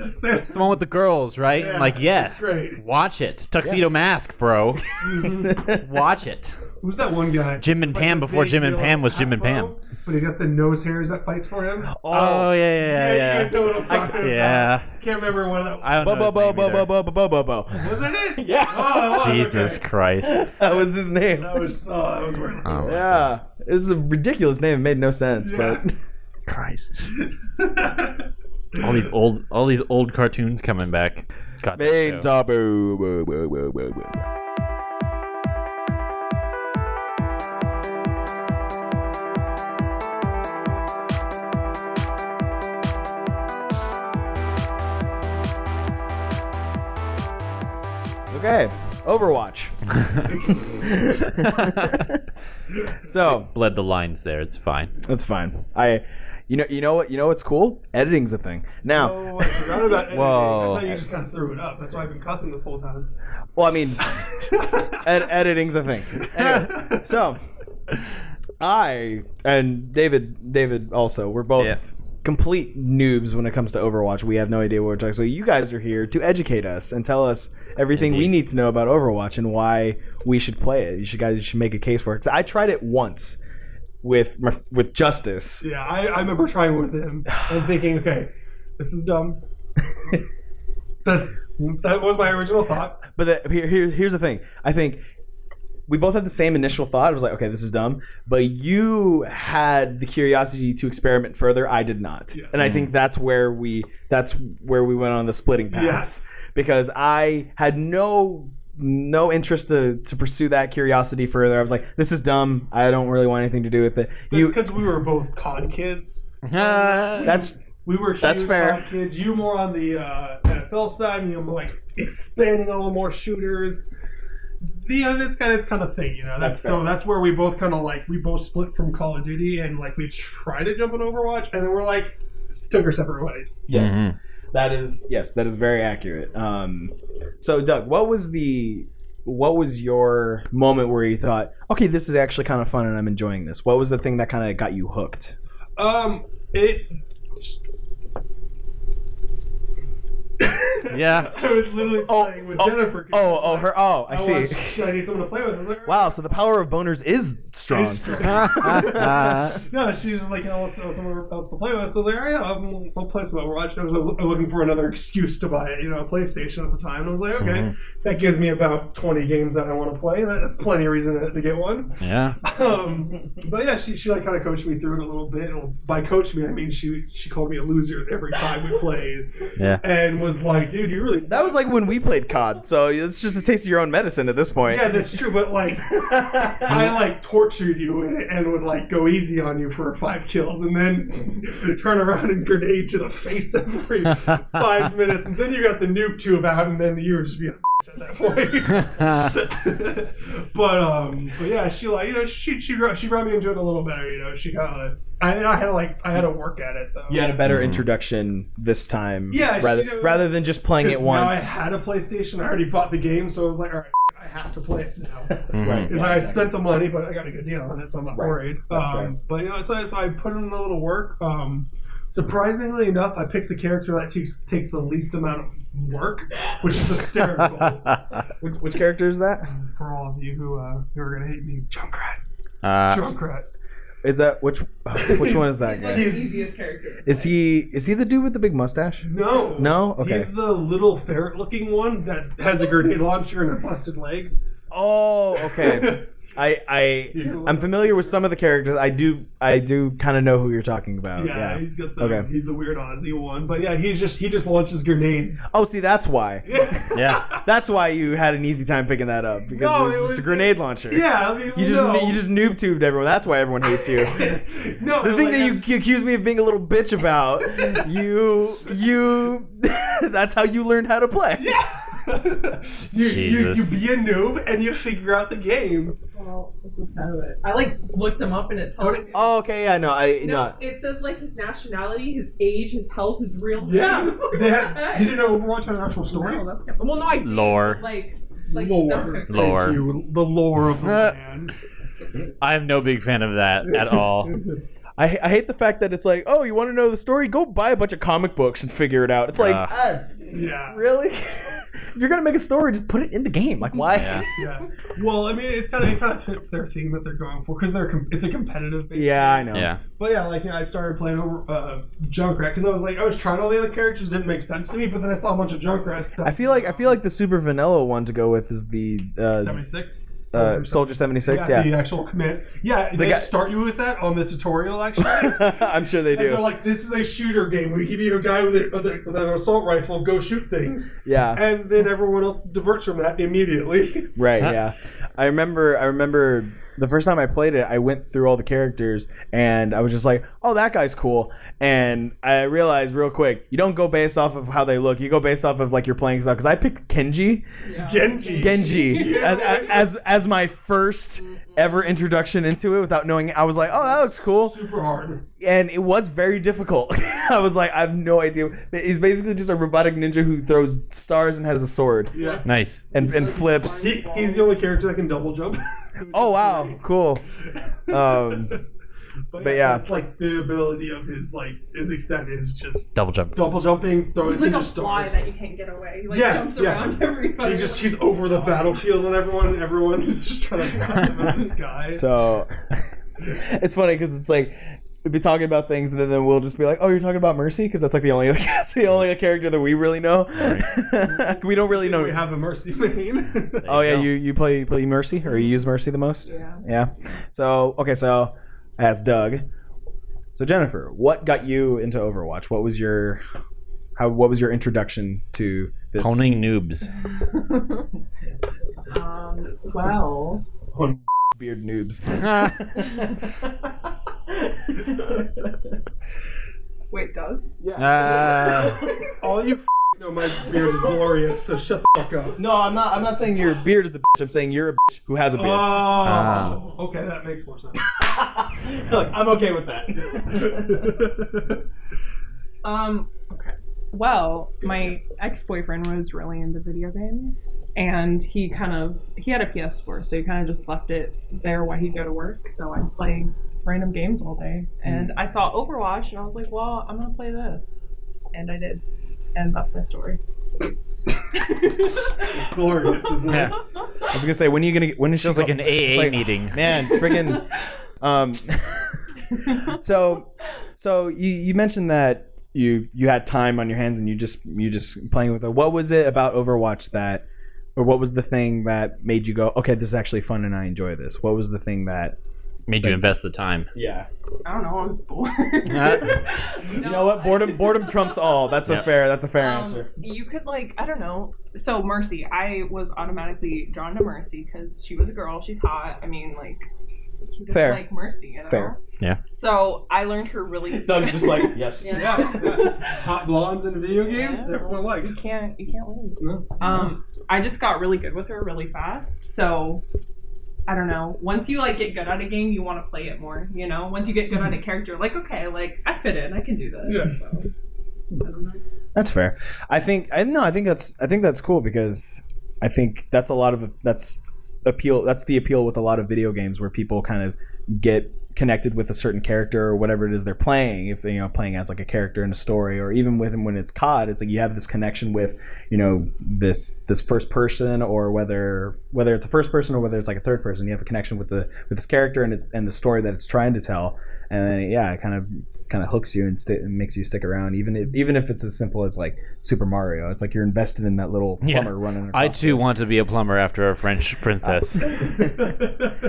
[SPEAKER 1] It's-
[SPEAKER 3] it's the one with the girls, right? I'm like, yeah.
[SPEAKER 1] it's great. Mm-hmm.
[SPEAKER 3] Watch it. Tuxedo Mask, bro. watch it.
[SPEAKER 1] Who's that one guy?
[SPEAKER 3] Jim and
[SPEAKER 1] Like
[SPEAKER 3] Pam
[SPEAKER 1] the
[SPEAKER 3] before
[SPEAKER 1] big,
[SPEAKER 3] Jim and
[SPEAKER 1] like,
[SPEAKER 3] Pam was Jim and
[SPEAKER 1] afro, But he's got the nose hairs that fights for him.
[SPEAKER 3] Oh, yeah,
[SPEAKER 1] you
[SPEAKER 3] yeah,
[SPEAKER 1] guys know
[SPEAKER 3] yeah.
[SPEAKER 1] what I'm talking
[SPEAKER 3] Yeah.
[SPEAKER 1] about. Can't remember one of that.
[SPEAKER 3] I don't
[SPEAKER 2] Bo bo
[SPEAKER 3] know.
[SPEAKER 2] bo
[SPEAKER 3] his name
[SPEAKER 2] bo
[SPEAKER 3] either.
[SPEAKER 2] bo bo bo bo bo.
[SPEAKER 1] Wasn't it?
[SPEAKER 2] Yeah.
[SPEAKER 1] Oh, it was,
[SPEAKER 3] Jesus
[SPEAKER 1] okay.
[SPEAKER 3] Christ.
[SPEAKER 2] That was his name.
[SPEAKER 1] That was uh, that was weird.
[SPEAKER 3] Oh, my God.
[SPEAKER 2] Yeah, it was a ridiculous name. It made no sense,
[SPEAKER 1] Yeah.
[SPEAKER 2] but
[SPEAKER 3] Christ. All these old all these old cartoons coming back. God, that show.
[SPEAKER 2] Dabu. Boo, boo, boo, boo, boo. Okay, Overwatch. so
[SPEAKER 3] bled the lines there. It's fine.
[SPEAKER 2] that's fine. I, you know, you know what, you know what's cool? Editing's a thing. Now,
[SPEAKER 1] Oh, I forgot about editing.
[SPEAKER 3] Whoa.
[SPEAKER 1] I thought you just kind of threw it up. That's why I've been cussing this whole time.
[SPEAKER 2] well, I mean, Ed- editing's a thing. Anyway, so I and David, David also, we're both
[SPEAKER 3] Yeah.
[SPEAKER 2] complete noobs when it comes to Overwatch. We have no idea what we're talking. So you guys are here to educate us and tell us everything we
[SPEAKER 3] Indeed.
[SPEAKER 2] need to know about Overwatch and why we should play it. You should guys should make a case for it. 'Cause I tried it once with my, with Justice.
[SPEAKER 1] Yeah, I, I remember trying with him and thinking, okay, this is dumb. That's that was my original thought.
[SPEAKER 2] But the, here, here, here's the thing. I think we both had the same initial thought. It was like, okay, this is dumb. But you had the curiosity to experiment further. I did not,
[SPEAKER 1] Yes.
[SPEAKER 2] and I think that's where we that's where we went on the splitting path.
[SPEAKER 1] Yes.
[SPEAKER 2] because I had no no interest to, to pursue that curiosity further. I was like, this is dumb. I don't really want anything to do with it.
[SPEAKER 1] That's
[SPEAKER 2] You,
[SPEAKER 1] because we were both COD kids.
[SPEAKER 2] that's
[SPEAKER 1] We were huge
[SPEAKER 2] That's fair.
[SPEAKER 1] COD kids. You more on the uh, NFL side, and you know, like expanding all the more shooters. The end, it's kind of it's kind of thing, you know. That's,
[SPEAKER 2] That's
[SPEAKER 1] so that's where we both kind of like we both split from Call of Duty and like we tried to jump on Overwatch, and then we're like stuck our separate ways.
[SPEAKER 2] yes.
[SPEAKER 3] Mhm.
[SPEAKER 2] That is yes, that is very accurate. Um, so Doug, what was the what was your moment where you thought, okay, this is actually kind of fun and I'm enjoying this? What was the thing that kind of got you hooked?
[SPEAKER 1] Um, it.
[SPEAKER 3] Yeah.
[SPEAKER 1] I was literally
[SPEAKER 2] Oh,
[SPEAKER 1] playing with
[SPEAKER 2] oh,
[SPEAKER 1] Jennifer. 'cause
[SPEAKER 2] Oh, oh, her. Oh, I,
[SPEAKER 1] I,
[SPEAKER 2] see.
[SPEAKER 1] watched- I need someone to play with. I was like,
[SPEAKER 2] Wow, so the power of boners is strong.
[SPEAKER 1] It's strong. no, she was like, I want some- someone else to play with. So I was like, all right, I'll, I'll play some Overwatch. I was, I was looking for another excuse to buy it, you know, a PlayStation at the time. I was like, okay,
[SPEAKER 3] Mhm.
[SPEAKER 1] that gives me about 20 games that I want to play. That- That's plenty of reason to, to get one.
[SPEAKER 3] Yeah.
[SPEAKER 1] Um, but yeah, she, she like kind of coached me through it a little bit. And by coach me, I mean she she called me a loser every time we played,
[SPEAKER 3] Yeah.
[SPEAKER 1] and was like, dude, you really
[SPEAKER 2] That was like when we played COD, so it's just a taste of your own medicine at this point.
[SPEAKER 1] Yeah, that's true, but like I like tortured you and, and would like go easy on you for five kills and then turn around and grenade to the face every five minutes and then you got the noob tube out and then you were just being a at that point. but um but yeah, she like you know, she she brought- she brought me into it a little better, you know. She kinda I I had to like I had to work at it though.
[SPEAKER 2] You had a better
[SPEAKER 3] Mhm.
[SPEAKER 2] introduction this time,
[SPEAKER 1] Yeah, she
[SPEAKER 2] rather
[SPEAKER 1] did.
[SPEAKER 2] rather than just playing
[SPEAKER 1] 'Cause
[SPEAKER 2] it
[SPEAKER 1] Now I
[SPEAKER 2] once.
[SPEAKER 1] had a PlayStation, I already bought the game, so I was like, all right, I have to play it now.
[SPEAKER 3] Mhm.
[SPEAKER 2] Right.
[SPEAKER 1] Is I spent the money, but I got a good deal on it, so I'm not
[SPEAKER 2] Right.
[SPEAKER 1] worried.
[SPEAKER 2] That's
[SPEAKER 1] um,
[SPEAKER 2] right.
[SPEAKER 1] But you know, so, so I put in a little work. Um, surprisingly enough, I picked the character that takes takes the least amount of work, which is hysterical
[SPEAKER 2] Which, which character is that?
[SPEAKER 1] for all of you who uh, who are gonna hate me. Junkrat,
[SPEAKER 3] uh,
[SPEAKER 1] Junkrat.
[SPEAKER 2] Is that which? oh, Which one is that
[SPEAKER 5] He's like
[SPEAKER 2] guy?
[SPEAKER 5] the easiest character.
[SPEAKER 2] Is he is he the dude with the big mustache?
[SPEAKER 1] No,
[SPEAKER 2] No? Okay.
[SPEAKER 1] He's the little ferret-looking one that has a grenade launcher and a busted leg.
[SPEAKER 2] Oh, okay. I I I'm familiar with some of the characters. I do I do kind of know who you're talking about.
[SPEAKER 1] Yeah,
[SPEAKER 2] Oh, Yeah.
[SPEAKER 1] he's got the
[SPEAKER 2] Okay.
[SPEAKER 1] he's the weird Aussie one, but yeah, he just he just launches grenades.
[SPEAKER 2] Oh, see, that's why.
[SPEAKER 3] yeah.
[SPEAKER 2] That's why you had an easy time picking that up because
[SPEAKER 1] No,
[SPEAKER 2] it was,
[SPEAKER 1] it
[SPEAKER 2] just a
[SPEAKER 1] was-
[SPEAKER 2] grenade launcher.
[SPEAKER 1] Yeah, I mean,
[SPEAKER 2] You just
[SPEAKER 1] no.
[SPEAKER 2] you just noob tubed everyone. That's why everyone hates you.
[SPEAKER 1] no,
[SPEAKER 2] The thing
[SPEAKER 1] like,
[SPEAKER 2] that you c- accuse me of being a little bitch about, you you that's how you learned how to play.
[SPEAKER 1] Yeah. you, you you
[SPEAKER 3] Jesus.
[SPEAKER 1] be a noob and you figure out the game.
[SPEAKER 5] Well, this is kind of it. I like looked him up and it tells. me-
[SPEAKER 2] Oh, okay, yeah, no, I
[SPEAKER 5] No,
[SPEAKER 2] no.
[SPEAKER 5] it says like his nationality, his age, his health, his real name.
[SPEAKER 1] Yeah.
[SPEAKER 5] What
[SPEAKER 1] They
[SPEAKER 5] the
[SPEAKER 1] had-
[SPEAKER 5] heck?
[SPEAKER 1] you didn't know Overwatch had an actual story.
[SPEAKER 5] No, that's kind of- well, no, I did.
[SPEAKER 3] Lore.
[SPEAKER 5] Like, like that's
[SPEAKER 1] lore.
[SPEAKER 5] kind of-
[SPEAKER 3] Lore.
[SPEAKER 1] Thank you, The lore of the man.
[SPEAKER 3] I'm no big fan of that at all.
[SPEAKER 2] I, I hate the fact that it's like, oh, you want to know the story? Go buy a bunch of comic books and figure it out. It's like,
[SPEAKER 3] Ugh.
[SPEAKER 2] ah,
[SPEAKER 1] Yeah.
[SPEAKER 2] really? if you're gonna make a story, just put it in the game. Like, why?
[SPEAKER 3] Yeah.
[SPEAKER 1] Yeah. Well, I mean, it's kind of it kind of fits their theme that they're going for because they're com- it's a competitive. Based
[SPEAKER 2] Yeah, I
[SPEAKER 1] game.
[SPEAKER 2] know.
[SPEAKER 3] Yeah.
[SPEAKER 1] But yeah, like you know, I started playing over uh, Junkrat because I was like, I was trying all the other characters, didn't make sense to me. But then I saw a bunch of Junkrats. stuff.
[SPEAKER 2] I feel like I feel like the super vanilla one to go with is the uh,
[SPEAKER 1] seventy six.
[SPEAKER 2] uh, Soldier seventy six.
[SPEAKER 1] yeah,
[SPEAKER 2] Yeah,
[SPEAKER 1] the actual command. Yeah, they
[SPEAKER 2] guy-
[SPEAKER 1] start you with that on the tutorial actually.
[SPEAKER 2] I'm sure they
[SPEAKER 1] And they're
[SPEAKER 2] do.
[SPEAKER 1] like, "This is a shooter game. We give you a guy with, a, with, a- with an assault rifle, go shoot things,"
[SPEAKER 2] Yeah,
[SPEAKER 1] and then everyone else diverts from that immediately.
[SPEAKER 2] right.
[SPEAKER 3] Huh?
[SPEAKER 2] Yeah, I remember. I remember the first time I played it. I went through all the characters and I was just like, "Oh, that guy's cool." And I realized real quick, you don't go based off of how they look. You go based off of like your playing style. Because I picked Kenji.
[SPEAKER 5] Yeah.
[SPEAKER 1] Genji.
[SPEAKER 2] Genji
[SPEAKER 1] Yeah.
[SPEAKER 2] as, as as my first ever introduction into it without knowing. I was like, oh, that looks cool,
[SPEAKER 1] Super hard.
[SPEAKER 2] and it was very difficult. I was like, I have no idea. He's basically just a robotic ninja who throws stars and has a sword
[SPEAKER 1] Yeah.
[SPEAKER 3] Nice.
[SPEAKER 2] and, and flips.
[SPEAKER 1] He, he's the only character that can double jump.
[SPEAKER 2] Oh wow, cool. Um,
[SPEAKER 1] but,
[SPEAKER 2] but yeah.
[SPEAKER 1] yeah, that's, like the ability of his like his extent is just
[SPEAKER 3] Double jump.
[SPEAKER 1] double jumping, throwing
[SPEAKER 5] He's like
[SPEAKER 1] ninja
[SPEAKER 5] a fly
[SPEAKER 1] stars.
[SPEAKER 5] that you can't get away. He like
[SPEAKER 1] Yeah,
[SPEAKER 5] jumps
[SPEAKER 1] yeah.
[SPEAKER 5] around everybody.
[SPEAKER 1] He just
[SPEAKER 5] like,
[SPEAKER 1] he's over the battlefield and everyone, and everyone is just trying to catch him in the sky.
[SPEAKER 2] So it's funny because it's like we'd be talking about things and then, then we'll just be like, oh, you're talking about Mercy because that's like the only that's the only character that we really know. we don't really know.
[SPEAKER 1] we have a mercy lane.
[SPEAKER 2] Oh yeah,
[SPEAKER 3] go.
[SPEAKER 2] you you play play Mercy or you use Mercy the most?
[SPEAKER 5] Yeah.
[SPEAKER 2] Yeah. So okay, so as Doug. So Jennifer, what got you into Overwatch? What was your how what was your introduction to this?
[SPEAKER 3] Honing noobs.
[SPEAKER 5] um. Well.
[SPEAKER 2] beard noobs.
[SPEAKER 5] Wait, Doug.
[SPEAKER 3] Uh,
[SPEAKER 1] All you know my beard is glorious, so shut the fuck up.
[SPEAKER 2] no, I'm not I'm not saying your beard is a bitch. I'm saying you're a bitch who has a
[SPEAKER 1] Oh,
[SPEAKER 2] beard.
[SPEAKER 1] okay, that makes more sense.
[SPEAKER 2] Oh. Look, I'm okay with that.
[SPEAKER 5] Um. Okay. Well, my ex-boyfriend was really into video games, and he kind of he had a PS4, so he kind of just left it there while he'd go to work. So I'd play random games all day, and I saw Overwatch, and I was like, "Well, I'm gonna play this," and I did, and that's my story.
[SPEAKER 1] Glorious, isn't it?
[SPEAKER 3] Yeah.
[SPEAKER 2] I was gonna say when are you gonna when is she
[SPEAKER 3] Feels like
[SPEAKER 2] go-
[SPEAKER 3] an
[SPEAKER 2] It's
[SPEAKER 3] AA
[SPEAKER 2] like,
[SPEAKER 3] meeting.
[SPEAKER 2] Man, friggin' um, so so you, you mentioned that you you had time on your hands and you just you just playing with it. What was it about Overwatch that or what was the thing that made you go, okay, this is actually fun and I enjoy this? What was the thing that
[SPEAKER 3] Made you invest the time.
[SPEAKER 2] Yeah.
[SPEAKER 5] I don't know. I was bored.
[SPEAKER 2] Uh, You know what? Boredom boredom trumps all. That's
[SPEAKER 3] Yeah.
[SPEAKER 2] a fair that's a fair
[SPEAKER 5] Um,
[SPEAKER 2] answer.
[SPEAKER 5] You could like I don't know. So Mercy, I was automatically drawn to Mercy because she was a girl. She's hot. I mean, like you just
[SPEAKER 2] Fair.
[SPEAKER 5] like Mercy, you know.
[SPEAKER 2] Fair.
[SPEAKER 3] Yeah.
[SPEAKER 5] So I learned her really.
[SPEAKER 2] yes.
[SPEAKER 5] Yeah.
[SPEAKER 1] Hot blondes in video games,
[SPEAKER 5] Yeah.
[SPEAKER 1] everyone
[SPEAKER 5] You
[SPEAKER 1] likes.
[SPEAKER 5] can't. You can't lose.
[SPEAKER 1] No.
[SPEAKER 5] Um, I just got really good with her really fast. So I don't know. Once you like get good at a game, you want to play it more. You know. Once you get good at
[SPEAKER 2] Mm-hmm.
[SPEAKER 5] a character, like okay, like I fit in. I can do this.
[SPEAKER 1] Yeah.
[SPEAKER 5] So, I don't know.
[SPEAKER 2] That's fair. I think I no, I think that's I think that's cool because I think that's a lot of that's appeal that's the appeal with a lot of video games where people kind of get connected with a certain character or whatever it is they're playing if they you know playing as like a character in a story or even with when it's cod it's like you have this connection with you know this this first person or whether whether it's a first person or whether it's like a third person you have a connection with the with this character and it's, and the story that it's trying to tell and then, yeah it kind of kind of hooks you and, sti and makes you stick around even if even if it's as simple as like super mario it's like you're invested in that little
[SPEAKER 3] Yeah.
[SPEAKER 2] plumber running across
[SPEAKER 3] I too
[SPEAKER 2] the-
[SPEAKER 3] want to be a plumber after a French princess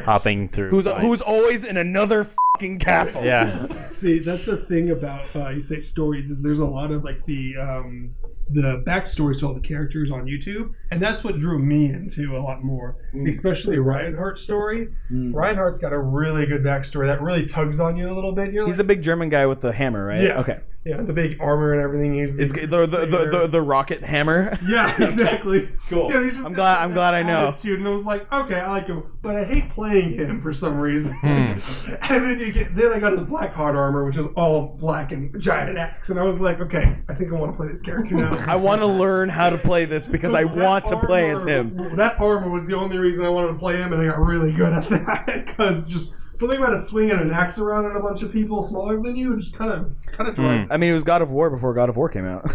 [SPEAKER 3] hopping through.
[SPEAKER 2] who's
[SPEAKER 3] pipes.
[SPEAKER 2] who's always in another fucking castle
[SPEAKER 3] yeah.
[SPEAKER 1] See, that's the thing about uh, you say stories is there's a lot of like the um, the backstories to all the characters on YouTube, and that's what drew me into a lot more,
[SPEAKER 2] Mm.
[SPEAKER 1] especially Reinhardt's story.
[SPEAKER 2] Mm.
[SPEAKER 1] Reinhardt's got a really good backstory that really tugs on you a little bit. You're
[SPEAKER 2] he's the
[SPEAKER 1] like,
[SPEAKER 2] big german guy with the hammer right
[SPEAKER 1] yes,
[SPEAKER 2] okay
[SPEAKER 1] yeah, the big armor and everything. He's
[SPEAKER 2] is the the, the, the, the rocket hammer
[SPEAKER 1] yeah, exactly.
[SPEAKER 2] cool
[SPEAKER 1] Yeah, he's just
[SPEAKER 2] I'm
[SPEAKER 1] got
[SPEAKER 2] glad-
[SPEAKER 1] that
[SPEAKER 2] I'm glad I know.
[SPEAKER 1] Attitude, and I was like, okay, I like him, but I hate playing him for some reason.
[SPEAKER 3] Hmm.
[SPEAKER 1] and then you get, then I got his black hard armor, which is all black and giant axe, and I was like, okay, I think I want to play this character now.
[SPEAKER 2] I want to learn how to play this because I
[SPEAKER 1] That
[SPEAKER 2] want to play as
[SPEAKER 1] armor-
[SPEAKER 2] him.
[SPEAKER 1] That armor was the only reason I wanted to play him, and I got really good at that because just something about a swing and an axe around at a bunch of people smaller than you just kind of kind of drives.
[SPEAKER 2] I mean, it was God of War before God of War came out.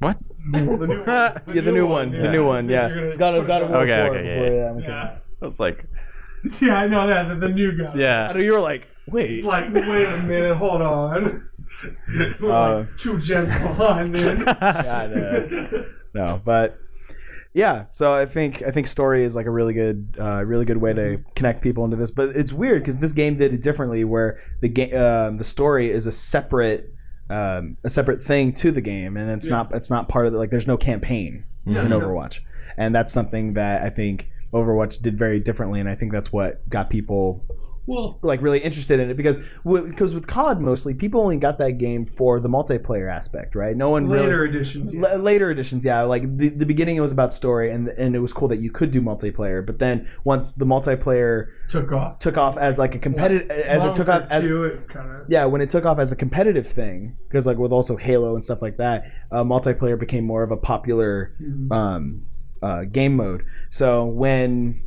[SPEAKER 1] The new one. The
[SPEAKER 2] yeah, the new one, the
[SPEAKER 1] yeah.
[SPEAKER 2] new one, yeah.
[SPEAKER 1] You're gonna
[SPEAKER 2] It's God of
[SPEAKER 1] put
[SPEAKER 2] God of
[SPEAKER 1] it
[SPEAKER 2] War
[SPEAKER 1] out.
[SPEAKER 3] Okay,
[SPEAKER 2] four
[SPEAKER 3] okay,
[SPEAKER 2] before,
[SPEAKER 3] yeah,
[SPEAKER 2] yeah, okay.
[SPEAKER 1] Yeah.
[SPEAKER 3] That's like
[SPEAKER 1] yeah, I know that the, the new guy.
[SPEAKER 2] I
[SPEAKER 3] yeah.
[SPEAKER 2] know you were like, wait,
[SPEAKER 1] like, wait a minute, hold on. We're
[SPEAKER 2] Uh,
[SPEAKER 1] like too gentle on then.
[SPEAKER 2] God, uh, no, but yeah. So I think I think story is like a really good, uh, really good way to
[SPEAKER 1] Mm-hmm.
[SPEAKER 2] connect people into this. But it's weird because this game did it differently, where the game, um, the story is a separate, um, a separate thing to the game, and it's
[SPEAKER 1] Yeah.
[SPEAKER 2] not, it's not part of the like. There's no campaign.
[SPEAKER 1] Yeah,
[SPEAKER 2] in
[SPEAKER 3] Hmm.
[SPEAKER 1] yeah.
[SPEAKER 2] Overwatch. And that's something that I think Overwatch did very differently, and I think that's what got people
[SPEAKER 1] well,
[SPEAKER 2] like really interested in it because w- because with COD mostly people only got that game for the multiplayer aspect, right? No one
[SPEAKER 1] later
[SPEAKER 2] really.
[SPEAKER 1] editions. yeah.
[SPEAKER 2] L- later editions, yeah. Like the, the beginning, it was about story, and and it was cool that you could do multiplayer. But then once the multiplayer
[SPEAKER 1] took off.
[SPEAKER 2] took off as like a competitive, as it took off
[SPEAKER 1] Modern
[SPEAKER 2] as
[SPEAKER 1] Warfare 2, it kinda,
[SPEAKER 2] yeah, when it took off as a competitive thing, because like with also Halo and stuff like that, uh, multiplayer became more of a popular
[SPEAKER 1] Mhm.
[SPEAKER 2] um, uh, game mode. So when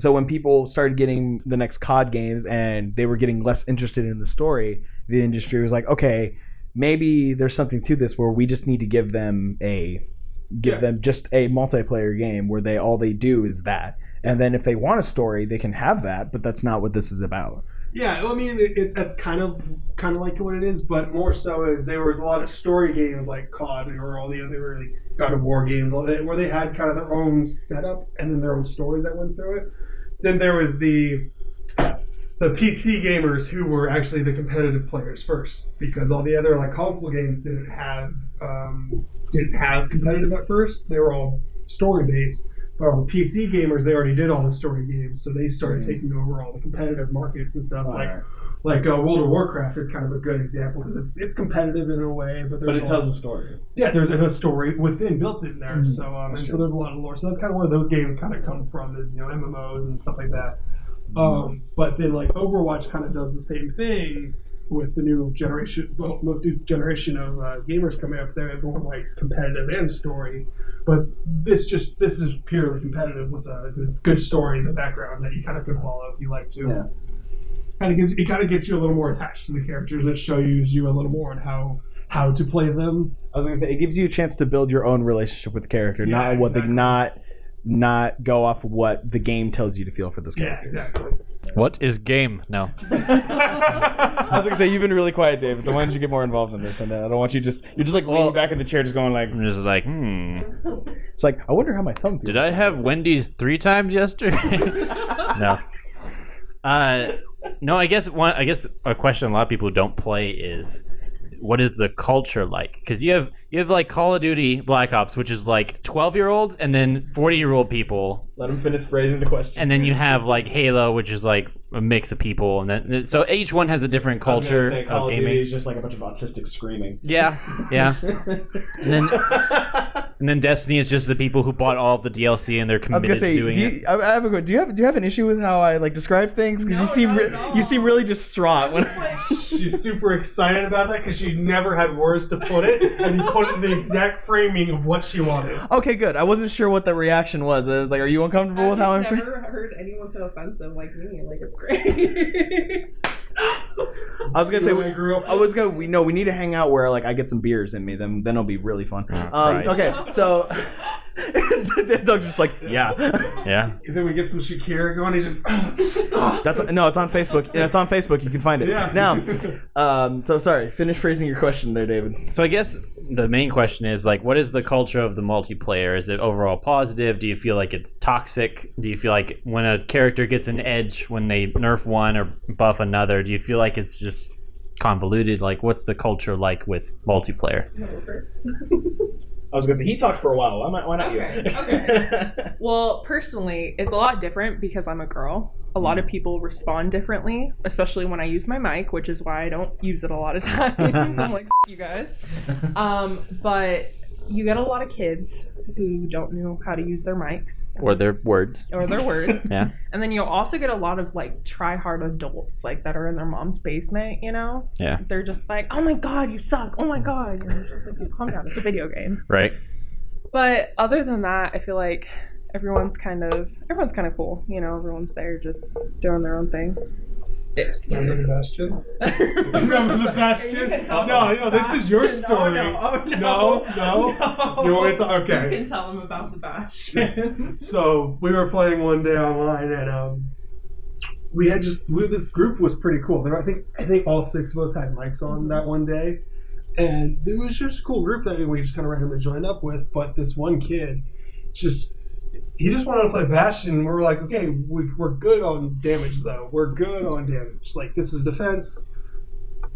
[SPEAKER 2] so when people started getting the next COD games and they were getting less interested in the story, the industry was like, okay, maybe there's something to this where we just need to give them a give
[SPEAKER 1] Yeah.
[SPEAKER 2] them just a multiplayer game where they all they do is that. And then if they want a story, they can have that, but that's not what this is about.
[SPEAKER 1] Yeah, well, I mean, it, it, that's kind of kind of like what it is, but more so is there was a lot of story games like COD or all the other like God of War games all that, where they had kind of their own setup and then their own stories that went through it. Then there was the the PC gamers who were actually the competitive players first, because all the other like console games didn't have um, didn't have competitive at first. They were all story based. But all the PC gamers, they already did all the story games, so they started
[SPEAKER 2] Mhm.
[SPEAKER 1] taking over all the competitive markets and stuff. like like uh, World of Warcraft is kind of a good example because it's it's competitive in a way, but, there's also-
[SPEAKER 2] story.
[SPEAKER 1] yeah, there's a story within built in there.
[SPEAKER 2] Mhm.
[SPEAKER 1] So um, and
[SPEAKER 2] That's
[SPEAKER 1] so
[SPEAKER 2] true.
[SPEAKER 1] there's a lot of lore. So that's kind of where those games kind of come from is you know MMOs and stuff like that.
[SPEAKER 2] Mm-hmm.
[SPEAKER 1] Um, but then like Overwatch kind of does the same thing with the new generation, well, with this generation of uh, gamers coming up there. Everyone likes competitive and story, but this just this is purely competitive with a good- good story in the background that you kind of can follow if you like to.
[SPEAKER 2] Yeah.
[SPEAKER 1] Kind of gives it kind of gets you a little more attached to the characters and it shows you a little more on how how to play them.
[SPEAKER 2] I was gonna say it gives you a chance to build your own relationship with the character,
[SPEAKER 1] Yeah,
[SPEAKER 2] not what
[SPEAKER 1] exactly.
[SPEAKER 2] the not not go off what the game tells you to feel for this
[SPEAKER 1] Yeah,
[SPEAKER 2] character.
[SPEAKER 1] exactly.
[SPEAKER 3] What is game? No.
[SPEAKER 2] I was gonna say you've been really quiet, David. So why don't you get more involved in this? And uh, I don't want you just you're just like leaning
[SPEAKER 3] Well-
[SPEAKER 2] back in the chair, just going like
[SPEAKER 3] I'm just like, hmm.
[SPEAKER 2] it's like I wonder how my thumb. feels."
[SPEAKER 3] Did I have Wendy's three times yesterday? no. Uh, no. I guess one. I guess a question a lot of people who don't play is, what is the culture like? Because you have you have like Call of Duty Black Ops, which is like twelve year olds and then forty year old people,
[SPEAKER 2] Let him finish phrasing the question.
[SPEAKER 3] and then you have like Halo, which is like a mix of people, and then so each one has a different
[SPEAKER 2] I was gonna
[SPEAKER 3] culture
[SPEAKER 2] say, Call
[SPEAKER 3] of
[SPEAKER 2] Duty
[SPEAKER 3] gaming.
[SPEAKER 2] is just like a bunch of autistic screaming.
[SPEAKER 3] Yeah, yeah. And then
[SPEAKER 2] I
[SPEAKER 3] and then Destiny is just the people who bought all of the DLC and they're
[SPEAKER 2] was
[SPEAKER 3] committed
[SPEAKER 2] gonna say,
[SPEAKER 3] to
[SPEAKER 2] do
[SPEAKER 3] doing it.
[SPEAKER 2] you, I, I have a, que- do you have do you have an issue with how I like describe things? Because
[SPEAKER 5] No,
[SPEAKER 2] you seem
[SPEAKER 5] not
[SPEAKER 2] re-
[SPEAKER 5] at all.
[SPEAKER 2] you seem really distraught. When
[SPEAKER 1] She's super excited about that because she never had words to put it, and you put it in the exact framing of what she wanted.
[SPEAKER 2] okay, good. I wasn't sure what the reaction was. I was like, are you uncomfortable with how I'm?
[SPEAKER 5] I've Uh, never heard anyone so offensive like me. Like it's great.
[SPEAKER 2] I was gonna say
[SPEAKER 1] You
[SPEAKER 2] we
[SPEAKER 1] really grew up.
[SPEAKER 2] I was gonna. We no. We need to hang out where like I get some beers in me. Then then it'll be really fun.
[SPEAKER 3] Oh,
[SPEAKER 2] um,
[SPEAKER 3] Christ.
[SPEAKER 2] Okay. So Doug's just like yeah.
[SPEAKER 3] Yeah.
[SPEAKER 1] Then we get some Shakira going. He's just.
[SPEAKER 2] That's no. It's on Facebook. Yeah, It's on Facebook. You can find it
[SPEAKER 1] yeah.
[SPEAKER 2] now. Um. So sorry. Finish phrasing your question there, David.
[SPEAKER 3] So I guess the main question is like, what is the culture of the multiplayer? Is it overall positive? Do you feel like it's toxic? Do you feel like when a character gets an edge when they nerf one or buff another? Do you feel like it's just convoluted? Like, what's the culture like with multiplayer?
[SPEAKER 2] I was gonna say he talked for a while. Why, why
[SPEAKER 5] not you? Okay, okay. Well, personally, it's a lot different because I'm a girl. A lot of people respond differently, especially when I use my mic, which is why I don't use it a lot of times. I'm like, F- you guys. Um, but you get a lot of kids who don't know how to use their mics
[SPEAKER 3] Or their words?
[SPEAKER 5] or their words.
[SPEAKER 3] Yeah.
[SPEAKER 5] And then you'll also get a lot of like try hard adults like that are in their mom's basement, you know?
[SPEAKER 3] Yeah.
[SPEAKER 5] They're just like, Oh my god, you suck. Oh my god. And it's just like, "Dude, calm down, it's a video game.
[SPEAKER 3] Right.
[SPEAKER 5] But other than that, I feel like everyone's kind of everyone's kind of cool, you know, everyone's there just doing their own thing.
[SPEAKER 1] Remember the Bastion?
[SPEAKER 5] Remember
[SPEAKER 1] Remember the Bastion? No, no, this is your story.
[SPEAKER 5] Oh, No, no,
[SPEAKER 1] No, no. You want me to talk?
[SPEAKER 5] You
[SPEAKER 1] Okay.
[SPEAKER 5] can tell them about the Bastion.
[SPEAKER 1] So we were playing one day online, and um, we had just we, this group was pretty cool. There, were- I think I think all six of us had mics on that one day, and it was just a cool group that we just kind of randomly joined up with. But this one kid, just he just wanted to play Bastion. And we were like, okay, we, we're good on damage though. We're good on damage. Like this is defense,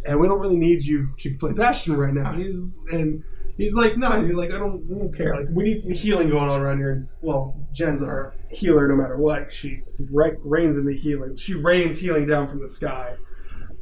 [SPEAKER 1] and we don't really need you to play Bastion right now. And he's and He's like, no, he's like, I don't, I don't care. Like, we need some healing going on around here. And, well, Jen's our healer no matter what. She re- reigns in the healing. She rains healing down from the sky.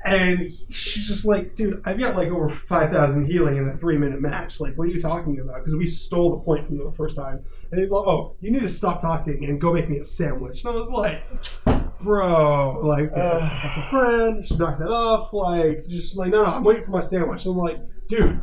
[SPEAKER 1] And she's just like, dude, I've got like over 5,000 healing in a three minute match. Like, what are you talking about? Because we stole the point from the first time. And he's like, oh, you need to stop talking and go make me a sandwich. And I was like, bro, like, that's a friend. You should knock that off. Like, just like, no, no, I'm waiting for my sandwich. And I'm like, dude,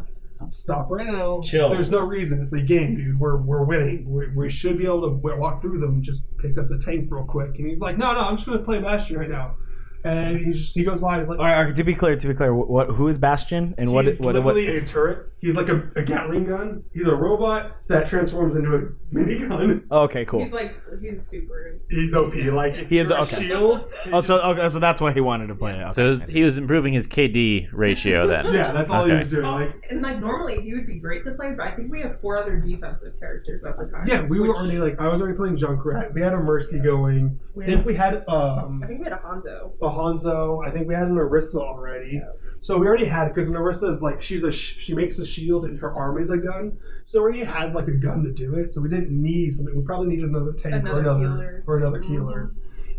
[SPEAKER 1] stop right now.
[SPEAKER 2] Chill.
[SPEAKER 1] There's no reason. It's a game, dude. We're, we're winning. We, we should be able to w- walk through them. Just pick us a tank real quick. And he's like, no, no, I'm just going to play Bastion right now. And he just he goes by. He's like,
[SPEAKER 2] All right, all right, to be clear, to be clear, wh- what who is Bastion and what
[SPEAKER 1] he's
[SPEAKER 2] what what?
[SPEAKER 1] literally a turret. He's like a, a Gatling gun. He's a robot that transforms into a minigun.
[SPEAKER 2] Oh, okay, cool.
[SPEAKER 5] He's like he's super
[SPEAKER 1] He's OP. Like if
[SPEAKER 2] He is-
[SPEAKER 1] you're a
[SPEAKER 2] okay.
[SPEAKER 1] shield. it's
[SPEAKER 2] Oh, so
[SPEAKER 1] just-
[SPEAKER 2] okay, so that's why he wanted to play it.
[SPEAKER 3] So it was, he was improving his KD ratio then.
[SPEAKER 1] yeah, that's all he
[SPEAKER 3] Okay.
[SPEAKER 1] was doing. Like
[SPEAKER 5] and like normally he would be great to play, but I think we have four other defensive characters at the time.
[SPEAKER 1] yeah, we were
[SPEAKER 5] which-
[SPEAKER 1] already like I was already playing Junkrat. We had a Mercy going. I
[SPEAKER 5] we
[SPEAKER 1] think
[SPEAKER 5] had-
[SPEAKER 1] we had um
[SPEAKER 5] I think we had a Hanzo.
[SPEAKER 1] a Hanzo. I think we had an Orisa already. So we already had because an Orisa is like she's a sh- she makes a shield and her arm is a gun. So we already had like a gun to do it. So we didn't need something. We probably needed another tank or
[SPEAKER 5] Another
[SPEAKER 1] another
[SPEAKER 5] healer. Mm-hmm.
[SPEAKER 1] or another healer.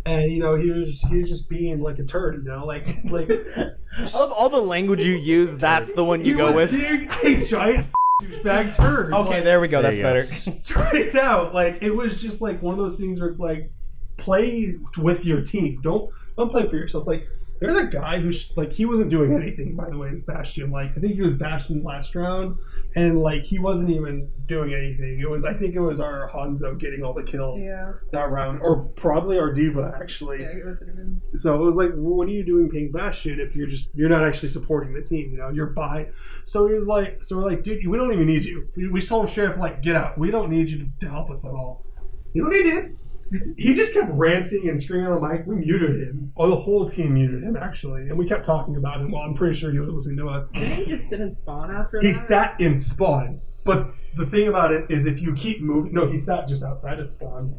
[SPEAKER 1] And you know he was he was just being like a turd, you know, like like
[SPEAKER 2] of all the language you use, that's the one you
[SPEAKER 1] He
[SPEAKER 2] go
[SPEAKER 1] was
[SPEAKER 2] with.
[SPEAKER 1] being a giant douchebag turd.
[SPEAKER 2] Okay,
[SPEAKER 1] like,
[SPEAKER 2] there we go.
[SPEAKER 3] There
[SPEAKER 2] That's
[SPEAKER 3] you go.
[SPEAKER 2] better.
[SPEAKER 1] straight out. Like it was just like one of those things where it's like play with your team. Don't don't play for yourself. Like There's a guy who's like he wasn't doing anything by the way as Bastion. Like I think he was Bastion last round, and like he wasn't even doing anything. It was I think it was our Hanzo getting all the kills
[SPEAKER 5] Yeah.
[SPEAKER 1] that round, or probably our Diva actually.
[SPEAKER 5] Yeah, it was even.
[SPEAKER 1] So it was like, well, what are you doing paying Bastion if you're just you're not actually supporting the team? You know, you're by. So he was like, so we're like, dude, we don't even need you. We- We told him straight up like, get out. We don't need you to, to help us at all. You know what he did? He just kept ranting and screaming on the mic. We muted him. Oh, the whole team muted him actually, and we kept talking about him. Well, I'm pretty sure he was listening to us.
[SPEAKER 5] Didn't he just sit and spawn after
[SPEAKER 1] He
[SPEAKER 5] that?
[SPEAKER 1] sat in spawn. But the thing about it is, if you keep moving, no, he sat just outside of spawn.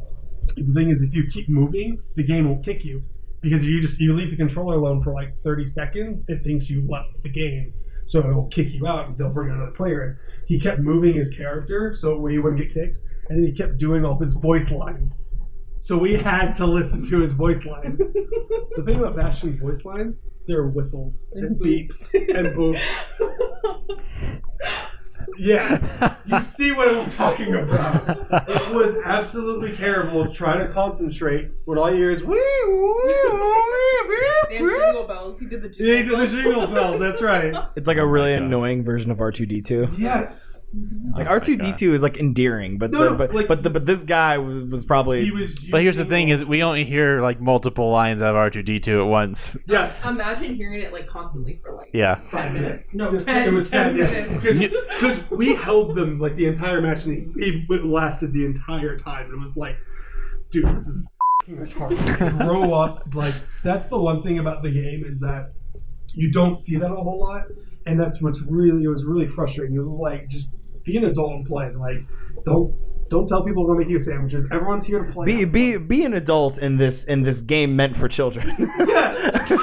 [SPEAKER 1] The thing is, if you keep moving, the game will kick you because you just you leave the controller alone for like 30 seconds, it thinks you left the game, so it will kick you out. and They'll bring another player in. He kept moving his character so he wouldn't get kicked, and then he kept doing all his voice lines. So we had to listen to his voice lines. the thing about Bastion's voice lines, they're whistles
[SPEAKER 5] And
[SPEAKER 1] and
[SPEAKER 5] boops.
[SPEAKER 1] beeps and boops. Yes. You see what I'm talking about. It was absolutely terrible trying to concentrate when all you hear is wee wee
[SPEAKER 5] They
[SPEAKER 1] wee wee
[SPEAKER 5] had
[SPEAKER 1] wee.
[SPEAKER 5] jingle bells. He did the jingle
[SPEAKER 1] Yeah, you did the jingle bell. That's right.
[SPEAKER 2] It's like a really
[SPEAKER 3] God.
[SPEAKER 2] annoying version of R2D2.
[SPEAKER 1] Yes.
[SPEAKER 2] Like
[SPEAKER 3] Oh my God.
[SPEAKER 2] R2D2 is like endearing, but
[SPEAKER 1] Oh No,
[SPEAKER 2] the,
[SPEAKER 1] no,
[SPEAKER 2] but
[SPEAKER 1] like-
[SPEAKER 2] but, the, but this guy was, was probably
[SPEAKER 1] He was.
[SPEAKER 3] But here's the
[SPEAKER 1] using-
[SPEAKER 3] thing: is we only hear like multiple lines of R two D two at once.
[SPEAKER 1] yes.
[SPEAKER 5] Imagine hearing it like constantly for like
[SPEAKER 3] Yeah.
[SPEAKER 5] five minutes. No,
[SPEAKER 1] Just-
[SPEAKER 5] ten.
[SPEAKER 1] it was ten, yeah.
[SPEAKER 5] minutes.
[SPEAKER 1] Because we held them like the entire match, and it it lasted the entire time. And it was like, dude, this is f***ing retarded. Grow up. Like that's the one thing about the game is that you don't see that a whole lot, and that's what's really it was really frustrating. It was like just be an adult and play. Like don't don't tell people to make you sandwiches. Everyone's here to play.
[SPEAKER 2] be be be an adult in this in this game meant for children.
[SPEAKER 1] Yes.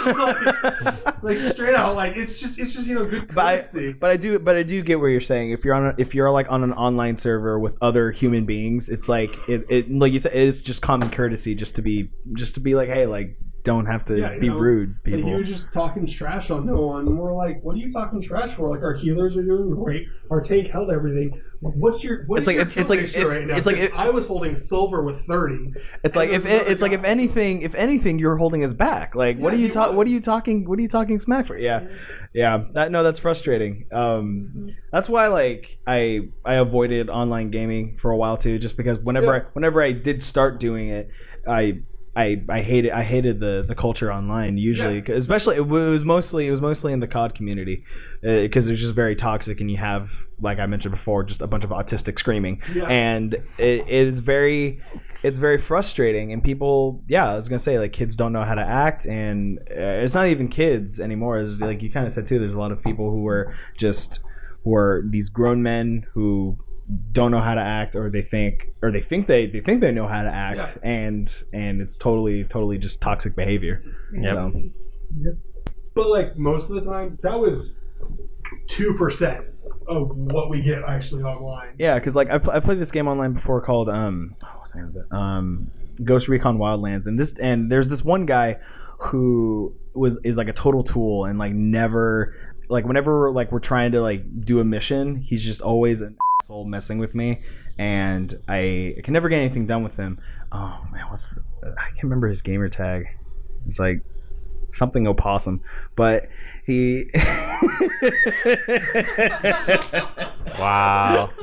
[SPEAKER 1] like straight out. Like it's just it's just you know good
[SPEAKER 2] But I-
[SPEAKER 1] courtesy.
[SPEAKER 2] But I do, but I do get what you're saying. If you're on, a, if you're like on an online server with other human beings, it's like it, it like you said, it is just common courtesy, just to be, just to be like, hey, like, don't have to
[SPEAKER 1] Yeah, you
[SPEAKER 2] be
[SPEAKER 1] know,
[SPEAKER 2] rude,
[SPEAKER 1] Like,
[SPEAKER 2] people.
[SPEAKER 1] you were just talking trash on no one. And we're like, what are you talking trash for? Like our healers are doing great. Our tank held everything. What's your what's
[SPEAKER 2] It's like
[SPEAKER 1] your
[SPEAKER 2] if-
[SPEAKER 1] kill
[SPEAKER 2] it's like
[SPEAKER 1] ratio
[SPEAKER 2] if-
[SPEAKER 1] right now?
[SPEAKER 2] it's like
[SPEAKER 1] 'Cause
[SPEAKER 2] if-
[SPEAKER 1] I was holding silver with thirty.
[SPEAKER 2] it's like
[SPEAKER 1] and
[SPEAKER 2] if
[SPEAKER 1] there was
[SPEAKER 2] it, it's like if
[SPEAKER 1] another guy, so-
[SPEAKER 2] anything, if anything, you're holding us back. Like, what
[SPEAKER 1] Yeah,
[SPEAKER 2] are you
[SPEAKER 1] he
[SPEAKER 2] talk? What
[SPEAKER 1] was.
[SPEAKER 2] are you talking? What are you talking smack for? Yeah, yeah. That no, that's frustrating. Um,
[SPEAKER 1] Mm-hmm.
[SPEAKER 2] that's why like I I avoided online gaming for a while too, just because whenever
[SPEAKER 1] Yeah.
[SPEAKER 2] I whenever I did start doing it, I. I, I hated I hated the, the culture online usually 'cause- especially it was mostly it was mostly in the COD community because it was just very toxic and you have like I mentioned before just a bunch of autistic screaming
[SPEAKER 1] Yeah.
[SPEAKER 2] and it, it is very it's very frustrating and people yeah i was gonna say like kids don't know how to act and uh, it's not even kids anymore it's like you kind of said too there's a lot of people who are just who are these grown men who don't know how to act or they think or they think they they think they know how to act and and it's totally totally just toxic behavior
[SPEAKER 3] Yep.
[SPEAKER 2] so,
[SPEAKER 1] But like most of the time, that was two percent of what we get actually online.
[SPEAKER 2] yeah because like I, pl- I played this game online before called um oh, what's the name of it um Ghost Recon Wildlands, and this and there's this one guy who was is like a total tool and like never like whenever like we're trying to like do a mission, he's just always an asshole messing with me, and I can never get anything done with him. Oh man, what's I can't remember his gamer tag. It's like something opossum, but he.
[SPEAKER 3] Wow.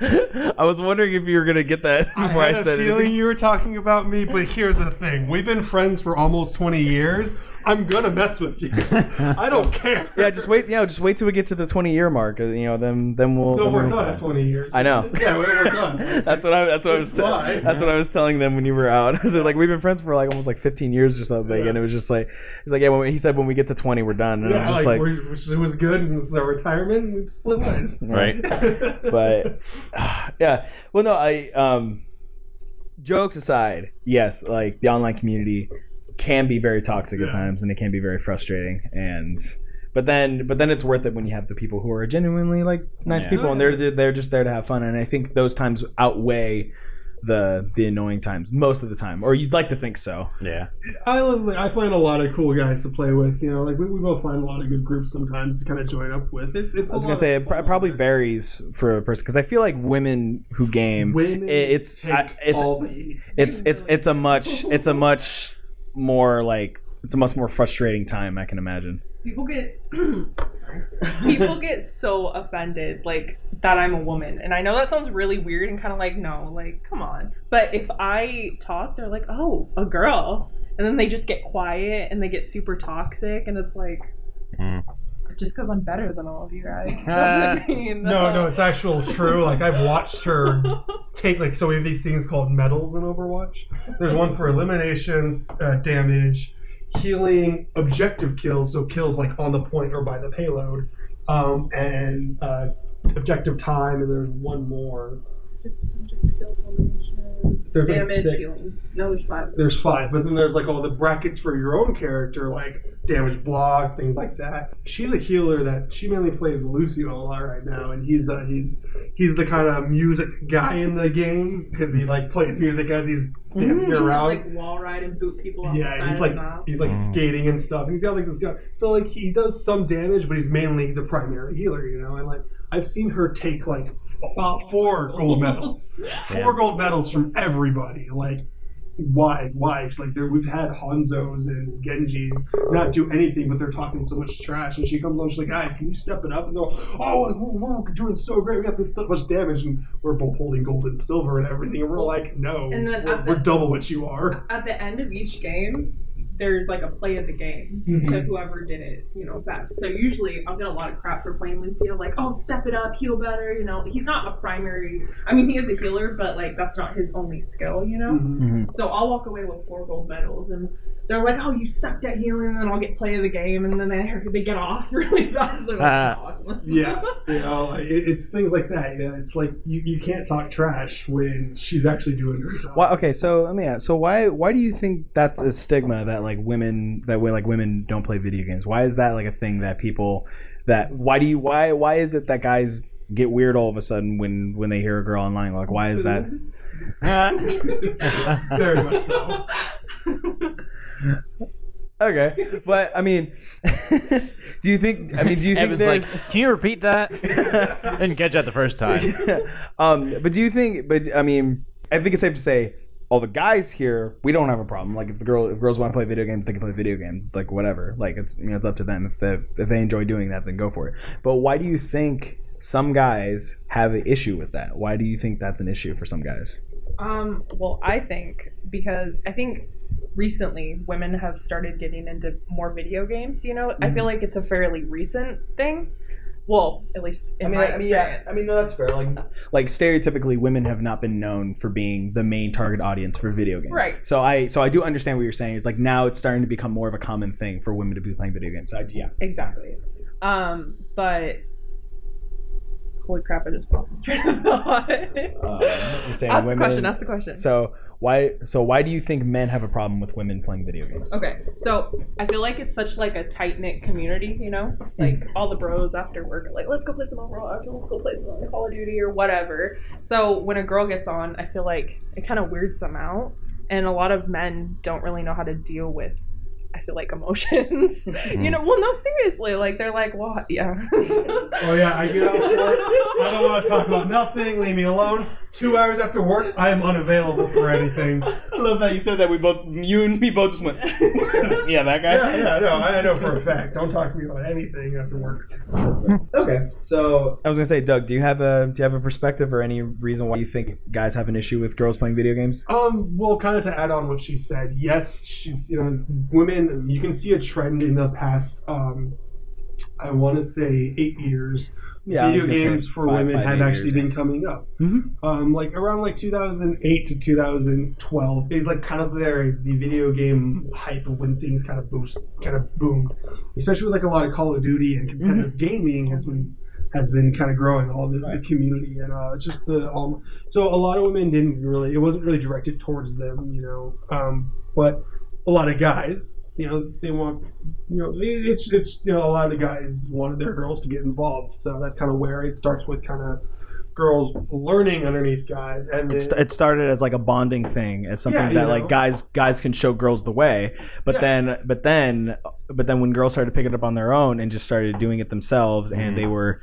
[SPEAKER 2] I was wondering if you were gonna get that before I, said it.
[SPEAKER 1] you were talking about me, but here's the thing: we've been friends for almost twenty years. I'm gonna mess with you. I don't care.
[SPEAKER 2] Yeah, just wait. Yeah, just wait till we get to the twenty year mark. uh, You know, then then we'll.
[SPEAKER 1] No,
[SPEAKER 2] then
[SPEAKER 1] we're
[SPEAKER 2] we'll-
[SPEAKER 1] done at twenty years.
[SPEAKER 2] I know.
[SPEAKER 1] Yeah, we're, we're done.
[SPEAKER 2] that's what I. That's what I was.
[SPEAKER 1] Why?
[SPEAKER 2] telling. that's what I was telling them when you were out. I was like, we've been friends for like almost like fifteen years or something,
[SPEAKER 1] Yeah.
[SPEAKER 2] and it was just like he's like, yeah. When we, he said when we get to twenty, we're done, and
[SPEAKER 1] Yeah,
[SPEAKER 2] I'm
[SPEAKER 1] like,
[SPEAKER 2] just like,
[SPEAKER 1] we're, which- it was good, and this is our retirement. and We split ways.
[SPEAKER 3] Right.
[SPEAKER 2] but yeah well no i um jokes aside yes like the online community can be very toxic
[SPEAKER 1] Yeah.
[SPEAKER 2] at times and it can be very frustrating and but then but then it's worth it when you have the people who are genuinely like nice
[SPEAKER 3] Yeah.
[SPEAKER 2] people and they're they're- they're just there to have fun and i think those times outweigh the the annoying times most of the time or you'd like to think so
[SPEAKER 3] Yeah.
[SPEAKER 1] I was like, I find a lot of cool guys to play with. You know, like we, we both find a lot of good groups sometimes to kind of join up with. It's, it's
[SPEAKER 2] i was
[SPEAKER 1] a
[SPEAKER 2] gonna
[SPEAKER 1] lot
[SPEAKER 2] say
[SPEAKER 1] of
[SPEAKER 2] it pr-
[SPEAKER 1] fun.
[SPEAKER 2] probably varies for a person because i feel like women who game
[SPEAKER 1] Women
[SPEAKER 2] it- it's
[SPEAKER 1] take
[SPEAKER 2] I- it's
[SPEAKER 1] all the heat.
[SPEAKER 2] it's it's it's a much it's a much more like it's a much more frustrating time. I can imagine.
[SPEAKER 5] people get people get so offended like that i'm a woman and i know that sounds really weird and kind of like no like come on but if i talk they're like oh a girl and then they just get quiet and they get super toxic and it's like
[SPEAKER 3] Mm.
[SPEAKER 1] Mm-hmm.
[SPEAKER 5] just because i'm better than all of you guys
[SPEAKER 3] Uh,
[SPEAKER 5] doesn't mean
[SPEAKER 1] No, no, it's actual true. Like I've watched her take like so we have these things called medals in Overwatch. There's one for eliminations, uh, damage, healing, objective kills, so kills like on the point or by the payload, um, and uh, objective time. And there's one more. There's like
[SPEAKER 5] damage
[SPEAKER 1] six.
[SPEAKER 5] healing no there's five
[SPEAKER 1] There's five, but then there's like all the brackets for your own character, like damage block, things like that. She's a healer that she mainly plays Lucio a lot right now, and he's uh, he's he's the kind of music guy in the game because he like plays music as he's dancing
[SPEAKER 5] You can,
[SPEAKER 1] around.
[SPEAKER 5] Mm-hmm. like wall ride and boot people off the
[SPEAKER 1] Yeah,
[SPEAKER 5] side
[SPEAKER 1] he's
[SPEAKER 5] of
[SPEAKER 1] like
[SPEAKER 5] the map.
[SPEAKER 1] he's like
[SPEAKER 3] Mm.
[SPEAKER 1] skating and stuff. and He's got like this guy, so like he does some damage, but he's mainly he's a primary healer, you know. And like I've seen her take like
[SPEAKER 5] Wow.
[SPEAKER 1] four gold medals four gold medals from everybody. Like, why? Why? Like, there, we've had Hanzos and Genjis not do anything, but they're talking so much trash. And she comes on, she's like, guys, can you step it up? And they're all, oh, like, we're, we're doing so great. We got this so much damage, and we're both holding gold and silver and everything. And we're like, no,
[SPEAKER 5] And then
[SPEAKER 1] we're,
[SPEAKER 5] at
[SPEAKER 1] we're
[SPEAKER 5] the-
[SPEAKER 1] double what you are.
[SPEAKER 5] at the end of each game, there's like a play of the game to whoever did it, you know, best. So usually I'll get a lot of crap for playing Lucio, like, oh, step it up, heal better, you know. He's not a primary, I mean, he is a healer, but like that's not his only skill, you know.
[SPEAKER 1] Mhm.
[SPEAKER 5] So I'll walk away with four gold medals, and they're like, oh, you sucked at healing, and then I'll get play of the game, and then they, they get off really fast. They're like, "Oh,
[SPEAKER 3] Ah.
[SPEAKER 5] "Gosh."
[SPEAKER 1] Yeah, you know, like, it, it's things like that. You know, it's like you, you can't talk trash when she's actually doing her job.
[SPEAKER 2] Why, okay, so let me ask. So why why do you think that's a stigma that like women that way like women don't play video games? Why is that like a thing that people that why do you why why is it that guys get weird all of a sudden when when they hear a girl online? Like why is that?
[SPEAKER 5] Boobs.
[SPEAKER 1] Very much so.
[SPEAKER 2] Okay, but I mean, do you think? I mean, do you think
[SPEAKER 3] Evan's
[SPEAKER 2] there's?
[SPEAKER 3] like, can you repeat that? Didn't catch that the first time.
[SPEAKER 2] um, but do you think? But I mean, I think it's safe to say all the guys here we don't have a problem. Like if the girl if girls want to play video games, they can play video games. It's like whatever. Like it's you know it's up to them. If they if they enjoy doing that, then go for it. But why do you think some guys have an issue with that? Why do you think that's an issue for some guys?
[SPEAKER 5] Um, well, I think because I think recently women have started getting into more video games. You know,
[SPEAKER 2] Mm-hmm.
[SPEAKER 5] I feel like it's a fairly recent thing. Well, at least in my experience.
[SPEAKER 2] no, that's fair. Like, like stereotypically, women have not been known for being the main target audience for video games.
[SPEAKER 5] Right.
[SPEAKER 2] So I, so I do understand what you're saying. It's like now it's starting to become more of a common thing for women to be playing video games. I, yeah,
[SPEAKER 5] exactly. Um, but holy crap, I just lost my train of thought.
[SPEAKER 2] um, saying
[SPEAKER 5] ask the
[SPEAKER 2] women-
[SPEAKER 5] question. Ask the question.
[SPEAKER 2] So why so why do you think men have a problem with women playing video games?
[SPEAKER 5] Okay, so I feel like it's such like a tight knit community, you know,
[SPEAKER 2] Mm-hmm.
[SPEAKER 5] like all the bros after work are like, let's go play some Overwatch, or let's go play some Call of Duty or whatever. So when a girl gets on, I feel like it kind of weirds them out, and a lot of men don't really know how to deal with. I feel like emotions,
[SPEAKER 2] Mm-hmm.
[SPEAKER 5] you know. Well, no, seriously, like they're like, what? Yeah.
[SPEAKER 1] Oh yeah, I get out for it. I don't want to talk about nothing. Leave me alone. Two hours after work, I am unavailable for anything.
[SPEAKER 2] I love that you said that we both you and me both just went Yeah, that
[SPEAKER 1] Yeah, yeah, no, I know for a fact. Don't talk to me about anything after work.
[SPEAKER 2] Okay. So I was gonna say, Doug, do you have a do you have a perspective or any reason why you think guys have an issue with girls playing video games?
[SPEAKER 1] Um, well, kind of to add on what she said. Yes, she's you know, women. You can see a trend in the past. Um, I want to say eight years.
[SPEAKER 2] I was
[SPEAKER 1] video
[SPEAKER 2] gonna say
[SPEAKER 1] games for
[SPEAKER 2] five-
[SPEAKER 1] women
[SPEAKER 2] five,
[SPEAKER 1] have
[SPEAKER 2] eight
[SPEAKER 1] actually
[SPEAKER 2] years.
[SPEAKER 1] been coming up.
[SPEAKER 2] Mhm.
[SPEAKER 1] Um, like around like 2008 to 2012 is like kind of their the video game hype of when things kind of boost, kind of boomed, especially with like a lot of Call of Duty and
[SPEAKER 2] Mm-hmm.
[SPEAKER 1] competitive gaming has been has been kind of growing all the, the community and uh, just the um, so a lot of women didn't really it wasn't really directed towards them you know um, but a lot of guys you know they want you know it- it's it's you know a lot of the guys wanted their girls to get involved so that's kind of where it starts with kind of girls learning underneath guys and
[SPEAKER 2] It's,
[SPEAKER 1] then-
[SPEAKER 2] it started as like a bonding thing, as something
[SPEAKER 1] Yeah, you
[SPEAKER 2] that
[SPEAKER 1] know.
[SPEAKER 2] like guys guys can show girls the way. But
[SPEAKER 1] Yeah.
[SPEAKER 2] then, but then, but then when girls started picking it up on their own and just started doing it themselves,
[SPEAKER 1] Mm.
[SPEAKER 2] and they were,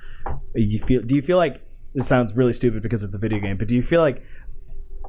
[SPEAKER 2] you feel? Do you feel like this sounds really stupid because it's a video game? But do you feel like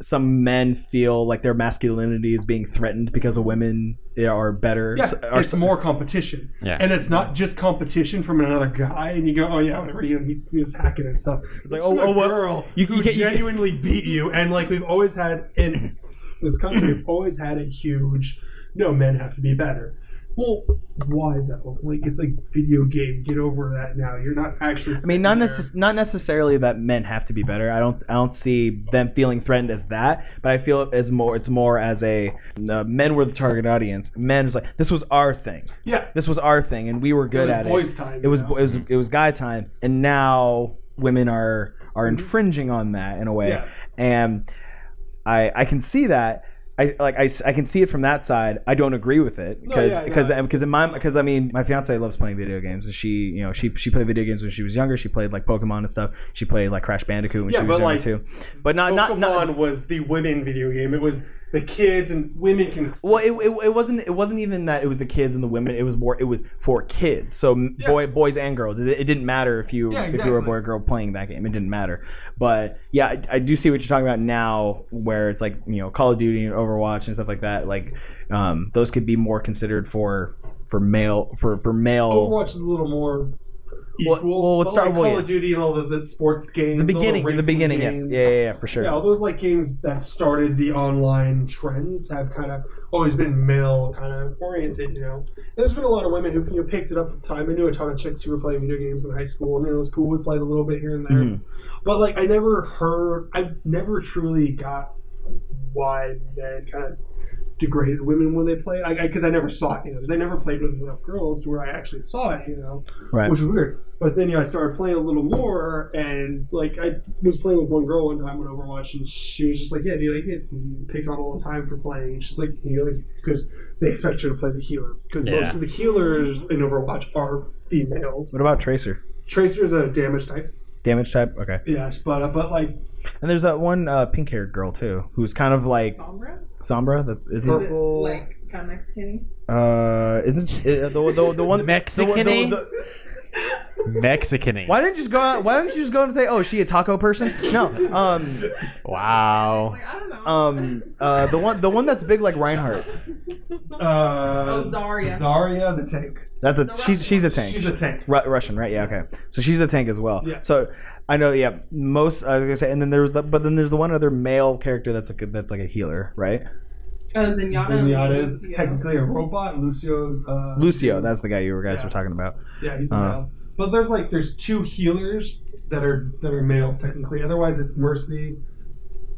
[SPEAKER 2] some men feel like their masculinity is being threatened because of women are better.
[SPEAKER 1] Yeah,
[SPEAKER 2] are-
[SPEAKER 1] it's more competition.
[SPEAKER 3] Yeah.
[SPEAKER 1] And it's not just competition from another guy, and you go, oh, yeah, whatever, you know, he, he was hacking and stuff. It's
[SPEAKER 2] like,
[SPEAKER 1] like,
[SPEAKER 2] oh,
[SPEAKER 1] oh,
[SPEAKER 2] oh, what-
[SPEAKER 1] girl
[SPEAKER 2] you-
[SPEAKER 1] who
[SPEAKER 2] you can't- you-
[SPEAKER 1] genuinely beat you. And, like, we've always had, in this country, we've always had a huge, no, men have to be better. Well, why, though? Like, it's a video game. Get over that now. You're not actually.
[SPEAKER 2] I mean, not
[SPEAKER 1] sitting there-
[SPEAKER 2] necess- not necessarily that men have to be better. I don't I don't see them feeling threatened as that, but I feel it as more it's more as a uh, men were the target audience. Men was like this was our thing.
[SPEAKER 1] Yeah.
[SPEAKER 2] This was our thing, and we were good
[SPEAKER 1] it was
[SPEAKER 2] at
[SPEAKER 1] boys
[SPEAKER 2] it.
[SPEAKER 1] Time,
[SPEAKER 2] It was
[SPEAKER 1] you
[SPEAKER 2] bo-
[SPEAKER 1] know?
[SPEAKER 2] it was it was guy time, and now women are are infringing on that in a way,
[SPEAKER 1] Mm-hmm. Yeah.
[SPEAKER 2] and I I can see that. I like I, s- I can see it from that side. I don't agree with it
[SPEAKER 1] No,
[SPEAKER 2] because
[SPEAKER 1] yeah, no,
[SPEAKER 2] because
[SPEAKER 1] it's-
[SPEAKER 2] because in my because I mean my fiance loves playing video games and she you know she she played video games when she was younger. She played like Pokemon and stuff. She played like Crash Bandicoot when
[SPEAKER 1] Yeah,
[SPEAKER 2] she was
[SPEAKER 1] but,
[SPEAKER 2] younger
[SPEAKER 1] like,
[SPEAKER 2] too. But not
[SPEAKER 1] Pokemon
[SPEAKER 2] not not
[SPEAKER 1] was the women video game. It was the kids and women can.
[SPEAKER 2] Well, it, it, it wasn't it wasn't even that it was the kids and the women. It was more it was for kids. So m
[SPEAKER 1] Yeah.
[SPEAKER 2] boy boys and girls. It, it didn't matter if you
[SPEAKER 1] Yeah,
[SPEAKER 2] if you were a
[SPEAKER 1] exactly.
[SPEAKER 2] boy or girl playing that game. It didn't matter. But yeah, I, I do see what you're talking about now, where it's like you know Call of Duty and Overwatch and stuff like that. Like um, those could be more considered for for male for for male.
[SPEAKER 1] Overwatch is a little more
[SPEAKER 2] Well-
[SPEAKER 1] equal.
[SPEAKER 2] well, let's
[SPEAKER 1] but,
[SPEAKER 2] start-
[SPEAKER 1] like
[SPEAKER 2] well,
[SPEAKER 1] Call
[SPEAKER 2] yeah.
[SPEAKER 1] of Duty and all the, the sports games.
[SPEAKER 2] the
[SPEAKER 1] all
[SPEAKER 2] beginning, the,
[SPEAKER 1] racing
[SPEAKER 2] beginning, yes,
[SPEAKER 1] games.
[SPEAKER 2] yeah, yeah, yeah, for sure.
[SPEAKER 1] Yeah, all those like games that started the online trends have kind of always been male kind of oriented, you know. And there's been a lot of women who you know, picked it up at the time. I knew a ton of chicks who were playing video games in high school, and it was cool. We played a little bit here and there,
[SPEAKER 2] Mhm.
[SPEAKER 1] but like I never heard, I never truly got why men kind of degraded women when they played. Like because I, never saw it, you know, 'cause I never played with enough girls to where I actually saw it, you know
[SPEAKER 2] right.
[SPEAKER 1] which was weird. But then, you know, I started playing a little more, and like I was playing with one girl one time on Overwatch, and she was just like, "Yeah, dude, I get picked on all the time for playing." And she's like, "You know, like because they expect you to play the healer because
[SPEAKER 3] Yeah.
[SPEAKER 1] most of the healers in Overwatch are females.
[SPEAKER 2] What about Tracer?
[SPEAKER 1] Tracer's a damage type,
[SPEAKER 2] Damage type. Okay.
[SPEAKER 1] yes, but uh, but like
[SPEAKER 2] And there's that one uh, pink-haired girl too, who's kind of like
[SPEAKER 5] Sombra?
[SPEAKER 2] Sombra. That's isn't
[SPEAKER 5] Is
[SPEAKER 2] it?
[SPEAKER 5] it
[SPEAKER 1] Purple.
[SPEAKER 5] like kind of Mexican?
[SPEAKER 2] Uh, isn't she, uh, the, the, the one
[SPEAKER 3] Mexican-y?
[SPEAKER 2] the one- the- the-
[SPEAKER 3] Mexican.
[SPEAKER 2] Why didn't you just go out? Why didn't you just go and say, "Oh, is she a taco person"? No. Um.
[SPEAKER 3] Wow.
[SPEAKER 5] Like, I don't know.
[SPEAKER 2] Oh. Um. Uh. The one. The one that's big like Reinhardt.
[SPEAKER 1] uh,
[SPEAKER 5] Oh, Zarya.
[SPEAKER 1] Zarya the tank.
[SPEAKER 2] That's a.
[SPEAKER 5] The
[SPEAKER 2] She's she's a tank.
[SPEAKER 1] She's a tank.
[SPEAKER 2] Ru- Russian, right? Yeah. Okay. So she's a tank as well.
[SPEAKER 1] Yeah.
[SPEAKER 2] So I know. Yeah. Most. I was gonna say, and then there's the, but then there's the one other male character that's like a, that's like a healer, right?
[SPEAKER 5] Oh, Zenyatta.
[SPEAKER 1] Zenyatta is
[SPEAKER 5] Lucio.
[SPEAKER 1] technically a robot. Lucio's uh,
[SPEAKER 2] Lucio. That's the guy you guys were
[SPEAKER 1] Yeah.
[SPEAKER 2] talking about.
[SPEAKER 1] Yeah, he's a
[SPEAKER 2] Uh.
[SPEAKER 1] male. But there's like there's two healers that are that are males technically. Otherwise, it's Mercy,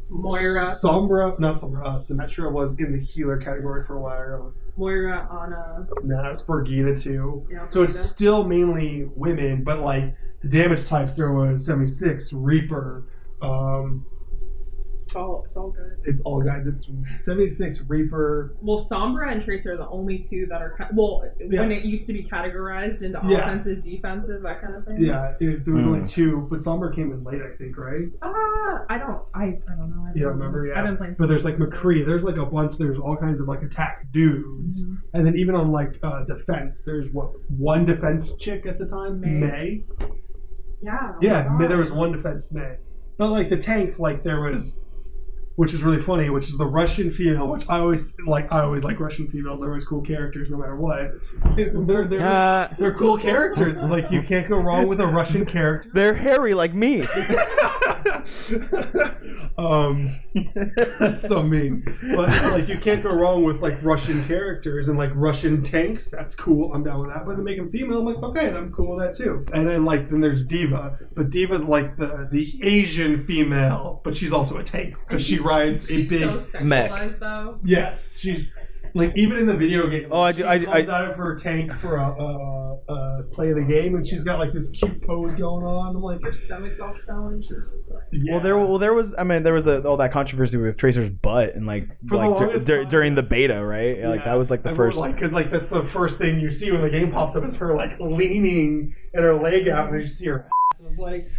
[SPEAKER 5] Moira.
[SPEAKER 1] Sombra. Not Sombra. Uh, Symmetra was in the healer category for a while.
[SPEAKER 5] Moira, Anna.
[SPEAKER 1] Now it's Bergina too.
[SPEAKER 5] Yeah,
[SPEAKER 1] So it's
[SPEAKER 5] Bergina.
[SPEAKER 1] still mainly women, but like the damage types there was 76 Reaper. Um,
[SPEAKER 5] It's all, it's all good.
[SPEAKER 1] it's all guys. It's 76 Reaper.
[SPEAKER 5] Well, Sombra and Tracer are the only two that are kind well when
[SPEAKER 1] Yeah.
[SPEAKER 5] it used to be categorized into
[SPEAKER 1] Yeah.
[SPEAKER 5] offensive, defensive, that kind of thing.
[SPEAKER 1] Yeah, it, there was
[SPEAKER 2] Mm.
[SPEAKER 1] only two, but Sombra came in late, I think, right?
[SPEAKER 5] Ah, I don't. I, I don't know. I
[SPEAKER 1] You don't remember? Yeah.
[SPEAKER 5] I've been playing.
[SPEAKER 1] But there's like McCree. There's like a bunch. There's all kinds of like attack dudes.
[SPEAKER 5] Mhm.
[SPEAKER 1] And then even on like uh, defense, there's what one defense chick at the time,
[SPEAKER 5] May.
[SPEAKER 1] May.
[SPEAKER 5] Yeah. oh
[SPEAKER 1] Yeah,
[SPEAKER 5] my
[SPEAKER 1] May, there
[SPEAKER 5] God.
[SPEAKER 1] was one defense May. But like the tanks, like there was, which is really funny, which is the Russian female, which I always like. I always like Russian females. They're always cool characters, no matter what. They're they're, just-
[SPEAKER 3] Uh,
[SPEAKER 1] they're cool characters. Like you can't go wrong with a Russian character.
[SPEAKER 2] They're hairy like me.
[SPEAKER 1] um, that's so mean. But like, you can't go wrong with like Russian characters and like Russian tanks. That's cool. I'm down with that. But they make them female. I'm like, okay, I'm cool with that too. And then like, then there's Diva. But Diva's like the the Asian female, but she's also a tank because she rides a
[SPEAKER 5] She's
[SPEAKER 1] big.
[SPEAKER 5] so sexualized,
[SPEAKER 2] mech.
[SPEAKER 5] though.
[SPEAKER 1] Yes, she's like even in the video game.
[SPEAKER 2] Oh, I do-
[SPEAKER 1] She
[SPEAKER 2] I-
[SPEAKER 1] comes out of her tank for a, a, a play of the game, and she's got like this cute pose going on. I'm like,
[SPEAKER 5] Her stomach's all swollen. She's
[SPEAKER 1] yeah.
[SPEAKER 2] Well, there, well, there was. I mean, there was a, all that controversy with Tracer's butt, and like,
[SPEAKER 1] For the
[SPEAKER 2] like dur-
[SPEAKER 1] longest
[SPEAKER 2] dur-
[SPEAKER 1] time.
[SPEAKER 2] during the beta, right? Like that was like the first.
[SPEAKER 1] like because like that's the first thing you see when the game pops up is her like leaning and her leg out and you see her. ass. It was like,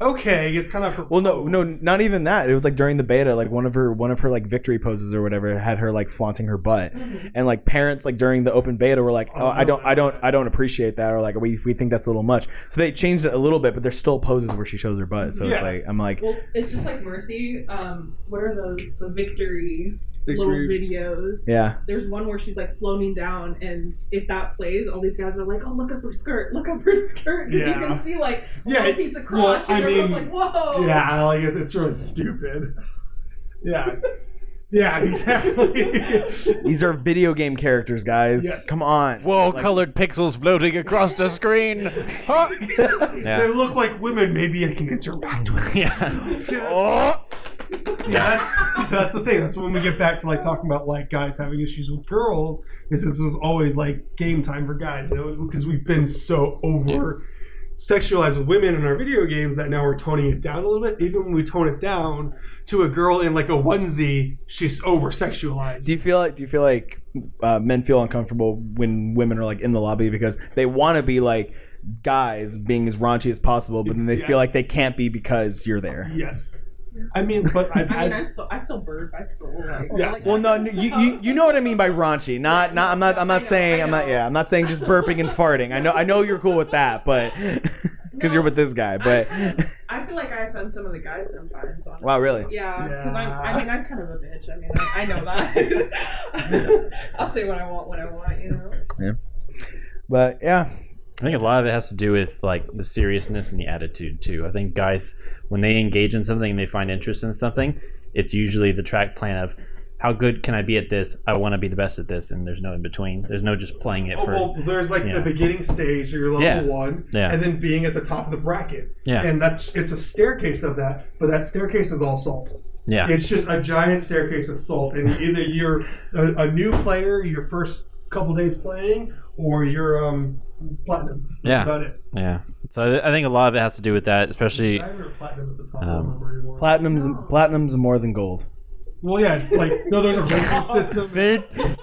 [SPEAKER 1] okay, it's kind of
[SPEAKER 2] Well, no, no, not even that. It was like during the beta, like one of her, one of her like victory poses or whatever had her like flaunting her butt,
[SPEAKER 5] oh.
[SPEAKER 2] and like parents like during the open beta were like, oh, I don't, I don't, I don't appreciate that, or like we we think that's a little much. So they changed it a little bit, but there's still poses where she shows her butt. So
[SPEAKER 1] Yeah.
[SPEAKER 2] it's like I'm like,
[SPEAKER 5] Well, it's just like Mercy. Um, what are those the victory, little
[SPEAKER 1] Victory.
[SPEAKER 5] videos?
[SPEAKER 2] yeah,
[SPEAKER 5] There's one where she's like floating down, and if that plays, all these guys are like, "Oh, look up her skirt! Look up her skirt!" 'Cause
[SPEAKER 1] Yeah.
[SPEAKER 5] you can see like
[SPEAKER 1] Yeah,
[SPEAKER 5] one
[SPEAKER 1] it-
[SPEAKER 5] piece of
[SPEAKER 1] well,
[SPEAKER 5] crotch,
[SPEAKER 1] I
[SPEAKER 5] and everyone's
[SPEAKER 1] mean,
[SPEAKER 5] like, "Whoa!"
[SPEAKER 1] Yeah, like it- it's really stupid. Yeah. Yeah, exactly.
[SPEAKER 2] these are video game characters, guys.
[SPEAKER 1] Yes.
[SPEAKER 2] Come on.
[SPEAKER 3] Whoa, colored pixels floating across the screen. Huh?
[SPEAKER 1] They look like women. Maybe I can interact with.
[SPEAKER 3] yeah.
[SPEAKER 1] Them.
[SPEAKER 3] Oh.
[SPEAKER 1] See, that's, that's the thing. That's when we get back to like talking about like guys having issues with girls. Is this was always like game time for guys, you know, because we've been so over sexualized with women in our video games that now we're toning it down a little bit. Even when we tone it down to a girl in like a onesie, she's over sexualized.
[SPEAKER 2] Do you feel like do you feel like uh, men feel uncomfortable when women are like in the lobby because they want to be like guys being as raunchy as possible, but then they
[SPEAKER 1] Yes.
[SPEAKER 2] feel like they can't be because you're there.
[SPEAKER 1] Yes, I mean, but I've
[SPEAKER 5] I mean, I
[SPEAKER 1] had.
[SPEAKER 5] still, I still burp. I still like.
[SPEAKER 1] Yeah.
[SPEAKER 5] like-
[SPEAKER 2] Well, no, n- you, you you know what I mean by raunchy. Not not I'm not I'm
[SPEAKER 5] I
[SPEAKER 2] not
[SPEAKER 5] know,
[SPEAKER 2] saying
[SPEAKER 5] I
[SPEAKER 2] I'm not
[SPEAKER 5] know.
[SPEAKER 2] yeah I'm not saying just burping and farting. I know I know you're cool with that, but because you're with this guy. But
[SPEAKER 5] I, kind of- I feel like I offend some of the guys sometimes. Honestly.
[SPEAKER 2] wow, really?
[SPEAKER 5] Yeah, because
[SPEAKER 1] Yeah.
[SPEAKER 5] I'm. I mean, I'm kind of a bitch. I mean, I, I know that. I'll say what I want when I want. You know.
[SPEAKER 2] But yeah,
[SPEAKER 3] I think a lot of it has to do with like the seriousness and the attitude too. I think guys, when they engage in something and they find interest in something, it's usually the track plan of how good can I be at this? I want to be the best at this, and there's no in between. There's no just playing it
[SPEAKER 1] Oh,
[SPEAKER 3] for
[SPEAKER 1] well, there's like
[SPEAKER 3] yeah.
[SPEAKER 1] the beginning stage, you're level
[SPEAKER 3] Yeah.
[SPEAKER 1] one,
[SPEAKER 3] Yeah.
[SPEAKER 1] and then being at the top of the bracket.
[SPEAKER 3] Yeah.
[SPEAKER 1] And that's it's a staircase of that, but that staircase is all salt.
[SPEAKER 3] yeah,
[SPEAKER 1] It's just a giant staircase of salt, and either you're a, a new player, your first couple days playing, or you're um platinum. That's
[SPEAKER 3] Yeah.
[SPEAKER 1] about it.
[SPEAKER 3] yeah. So I, I think a lot of it has to do with that, especially
[SPEAKER 1] Diamond or platinum at the top. I
[SPEAKER 3] Um,
[SPEAKER 1] don't remember anymore.
[SPEAKER 2] platinum's platinum's more than gold.
[SPEAKER 1] well, yeah, it's like no, there's a ranking system.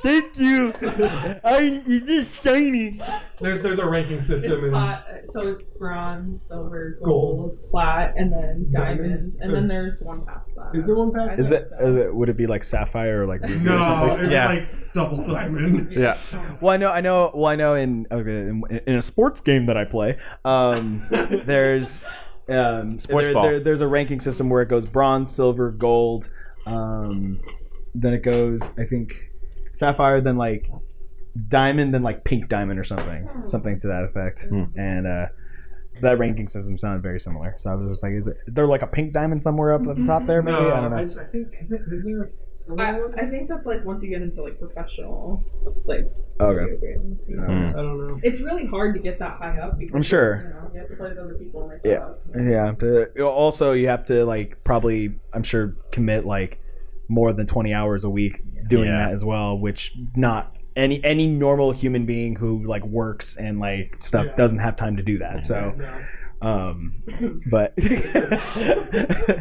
[SPEAKER 2] thank you. I it's just shiny.
[SPEAKER 1] There's there's a ranking
[SPEAKER 5] It's
[SPEAKER 1] system, and
[SPEAKER 5] plat, so it's bronze, silver,
[SPEAKER 1] Gold.
[SPEAKER 5] gold, plat, and then
[SPEAKER 1] Diamond.
[SPEAKER 5] diamonds, and then there's one past that.
[SPEAKER 1] is there one past?
[SPEAKER 2] Is that is it, would it be like sapphire or like ruby or
[SPEAKER 1] No,
[SPEAKER 2] something?
[SPEAKER 1] it's
[SPEAKER 3] Yeah.
[SPEAKER 1] like double diamond.
[SPEAKER 2] Yeah. Well, I know, I know, well, I know. In okay, in, in a sports game that I play, um, there's um,
[SPEAKER 3] Sports
[SPEAKER 2] there-
[SPEAKER 3] ball.
[SPEAKER 2] there- there's a ranking system where it goes bronze, silver, gold. Um, then it goes, I think, sapphire, then like diamond, then like pink diamond or something, something to that effect.
[SPEAKER 3] Hmm.
[SPEAKER 2] And uh, that ranking system sounded very similar. So I was just like, is it there like a pink diamond somewhere up at the top there? Maybe
[SPEAKER 1] No,
[SPEAKER 2] I don't know.
[SPEAKER 1] just- I think is it is there. a-
[SPEAKER 5] I, I think that's like once you get into like professional, like
[SPEAKER 2] Okay. Hmm.
[SPEAKER 5] video games, you know.
[SPEAKER 3] Mm.
[SPEAKER 1] I don't know.
[SPEAKER 5] It's really hard to get that high up. Because,
[SPEAKER 2] I'm sure.
[SPEAKER 5] You, know, you have to play with other people. And
[SPEAKER 2] Yeah. Mm-hmm. Yeah. to- also, you have to like probably, I'm sure, commit like more than 20 hours a week doing
[SPEAKER 3] Yeah.
[SPEAKER 2] that as well, which not any any normal human being who like works and like stuff
[SPEAKER 1] Yeah.
[SPEAKER 2] doesn't have time to do that. So, um, but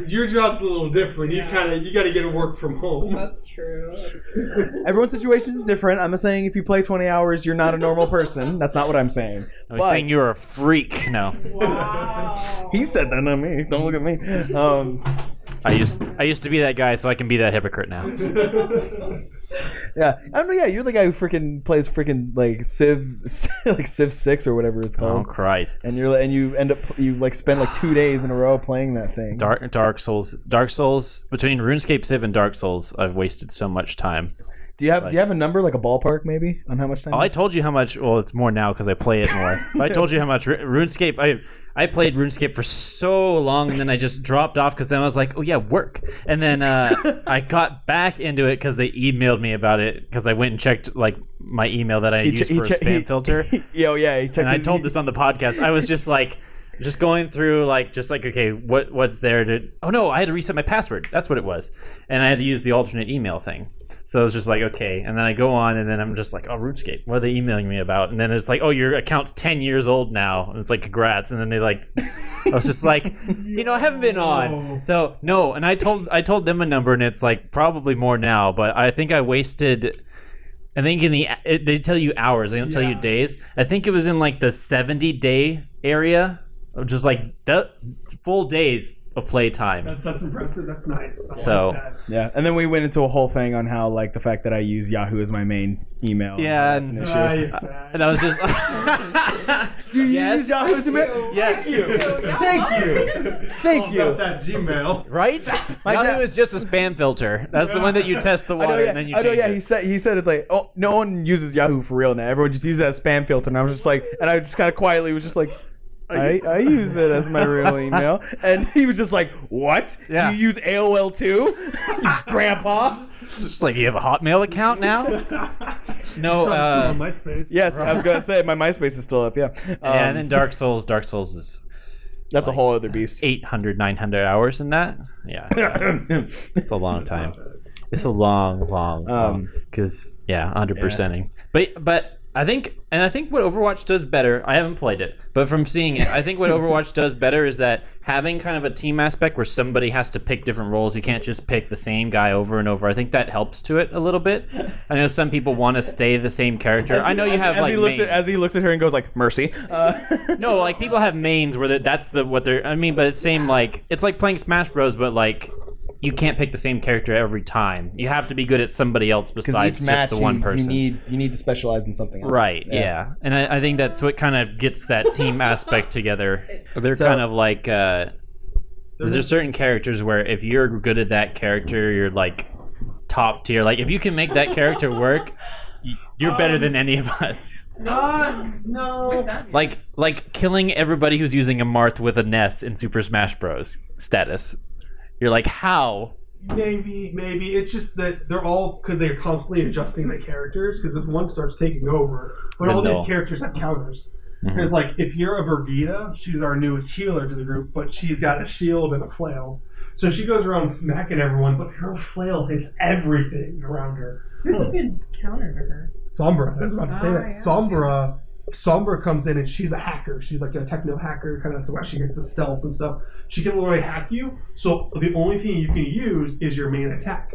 [SPEAKER 1] Your job's a little different. You
[SPEAKER 5] Yeah.
[SPEAKER 1] kind of you got to get to work from home.
[SPEAKER 5] That's true. That's true.
[SPEAKER 2] everyone's situation is different. I'm not saying if you play 20 hours, you're not a normal person. That's not what I'm saying.
[SPEAKER 3] I was
[SPEAKER 2] But-
[SPEAKER 3] saying you're a freak. No,
[SPEAKER 5] wow.
[SPEAKER 2] He said that, not me. Don't look at me. Um,
[SPEAKER 3] I used I used to be that guy, so I can be that hypocrite now.
[SPEAKER 2] yeah, I don't know. Yeah, you're the guy who freaking plays freaking like Civ, like Civ Six or whatever it's
[SPEAKER 3] Oh
[SPEAKER 2] called.
[SPEAKER 3] Christ!
[SPEAKER 2] and you're and you end up you like spend like two days in a row playing that thing.
[SPEAKER 3] Dark Dark Souls Dark Souls between RuneScape Civ and Dark Souls I've wasted so much time.
[SPEAKER 2] Do you have
[SPEAKER 3] like-
[SPEAKER 2] do you have a number like a ballpark maybe on how much time?
[SPEAKER 3] Oh, I told you how much well it's more now cuz I play it more. but I told you how much Ru- RuneScape I I played RuneScape for so long and then I just dropped off cuz then I was like, "Oh yeah, work." And then uh, I got back into it cuz they emailed me about it cuz I went and checked like my email that I
[SPEAKER 2] He
[SPEAKER 3] used
[SPEAKER 2] che- he
[SPEAKER 3] for a
[SPEAKER 2] che-
[SPEAKER 3] spam
[SPEAKER 2] he-
[SPEAKER 3] filter.
[SPEAKER 2] Yo, yeah, he checked.
[SPEAKER 3] and I
[SPEAKER 2] his-
[SPEAKER 3] told this on the podcast. I was just like, just going through like, just like, okay, what what's there to? Oh no, I had to reset my password. That's what it was, and I had to use the alternate email thing. So I was just like, okay, and then I go on, and then I'm just like, oh, RuneScape, what are they emailing me about? And then it's like, oh, your account's ten years old now, and it's like, congrats. And then they like, I was just like, you know, I haven't been on, so no. And I told I told them a number, and it's like probably more now, but I think I wasted. I think in the it, they tell you hours, they don't tell you
[SPEAKER 1] Yeah.
[SPEAKER 3] days. I think it was in like the 70 day area Of Just like that, full days of playtime.
[SPEAKER 1] That's that's impressive. That's nice. I
[SPEAKER 3] So-
[SPEAKER 1] like that.
[SPEAKER 2] Yeah, and then we went into a whole thing on how like the fact that I use Yahoo as my main email. and
[SPEAKER 3] Yeah,
[SPEAKER 2] how that's an
[SPEAKER 3] and-
[SPEAKER 2] issue.
[SPEAKER 1] Ah, you bad.
[SPEAKER 3] And I was just.
[SPEAKER 2] Do you
[SPEAKER 3] Yes.
[SPEAKER 2] use Yahoo as your mail?
[SPEAKER 3] Yeah.
[SPEAKER 2] Thank you.
[SPEAKER 5] Yeah.
[SPEAKER 2] Thank you. Thank
[SPEAKER 1] All
[SPEAKER 2] you.
[SPEAKER 1] About that Gmail.
[SPEAKER 3] Right?
[SPEAKER 2] My
[SPEAKER 3] Yahoo
[SPEAKER 2] dad-
[SPEAKER 3] is just a spam filter. That's the one that you test the
[SPEAKER 2] I
[SPEAKER 3] water
[SPEAKER 2] know, yeah,
[SPEAKER 3] and then you
[SPEAKER 2] I
[SPEAKER 3] change
[SPEAKER 2] know, yeah.
[SPEAKER 3] it.
[SPEAKER 2] He said he said it's like, oh, no one uses Yahoo for real now. Everyone just uses that spam filter, and I was just like, and I just kind of quietly was just like, I, I use it as my real email, and he was just like, what?
[SPEAKER 3] Yeah.
[SPEAKER 2] Do you use AOL too, You Ah, grandpa?
[SPEAKER 3] Just like you have a Hotmail account now. No.
[SPEAKER 1] Probably still
[SPEAKER 3] Uh,
[SPEAKER 1] on MySpace.
[SPEAKER 2] Yes, I was gonna say my MySpace is still up. Yeah, um,
[SPEAKER 3] yeah, and then Dark Souls. Dark Souls is
[SPEAKER 2] that's a whole other beast.
[SPEAKER 3] 800, 900 hours in that. Yeah, yeah. it's a long
[SPEAKER 1] That's
[SPEAKER 3] time.
[SPEAKER 1] not bad.
[SPEAKER 3] It's a long, long,
[SPEAKER 2] Um,
[SPEAKER 3] because yeah, hundred percenting. But but I think and I think what Overwatch does better. I haven't played it, but from seeing it, I think what Overwatch does better is that having kind of a team aspect where somebody has to pick different roles. You can't just pick the same guy over and over. I think that helps to it a little bit. I know some people want to stay the same character. I know you have
[SPEAKER 2] as
[SPEAKER 3] like
[SPEAKER 2] he looks at
[SPEAKER 3] mains.
[SPEAKER 2] as he looks at her and goes like, mercy. Uh,
[SPEAKER 3] No, like people have mains where they're- that's the what they're. I mean, but it's same like it's like playing Smash Bros, but like you can't pick the same character every time. You have to be good at somebody else besides just the one person.
[SPEAKER 2] need you need to specialize in something.
[SPEAKER 3] right? Yeah, and I, I think that's what kind of gets that team aspect together. They're
[SPEAKER 2] So-
[SPEAKER 3] kind of like. uh there's certain characters where if you're good at that character, you're like top tier. Like if you can make that character work, y- you're better
[SPEAKER 2] Um,
[SPEAKER 3] than any of us.
[SPEAKER 1] Ah, no.
[SPEAKER 3] Like like killing everybody who's using a Marth with a Ness in Super Smash Bros. status. You're like, how?
[SPEAKER 1] Maybe, maybe it's just that they're all because they're constantly adjusting the characters. Because if one starts taking over, but
[SPEAKER 3] Then
[SPEAKER 1] all
[SPEAKER 3] they'll- Mm-hmm.
[SPEAKER 1] these characters have counters. Because like if you're a Brigida, she's our newest healer to the group, but she's got a shield and a flail, so she goes around smacking everyone. But her flail hits everything around her.
[SPEAKER 5] Who's a good counter to her?
[SPEAKER 1] Sombra, I was about to say
[SPEAKER 5] Oh,
[SPEAKER 1] that.
[SPEAKER 5] yeah.
[SPEAKER 1] Sombra, Sombra comes in and she's a hacker. She's like a techno hacker, kind of that's why she gets the stealth and stuff. She can literally hack you. So the only thing you can use is your main attack.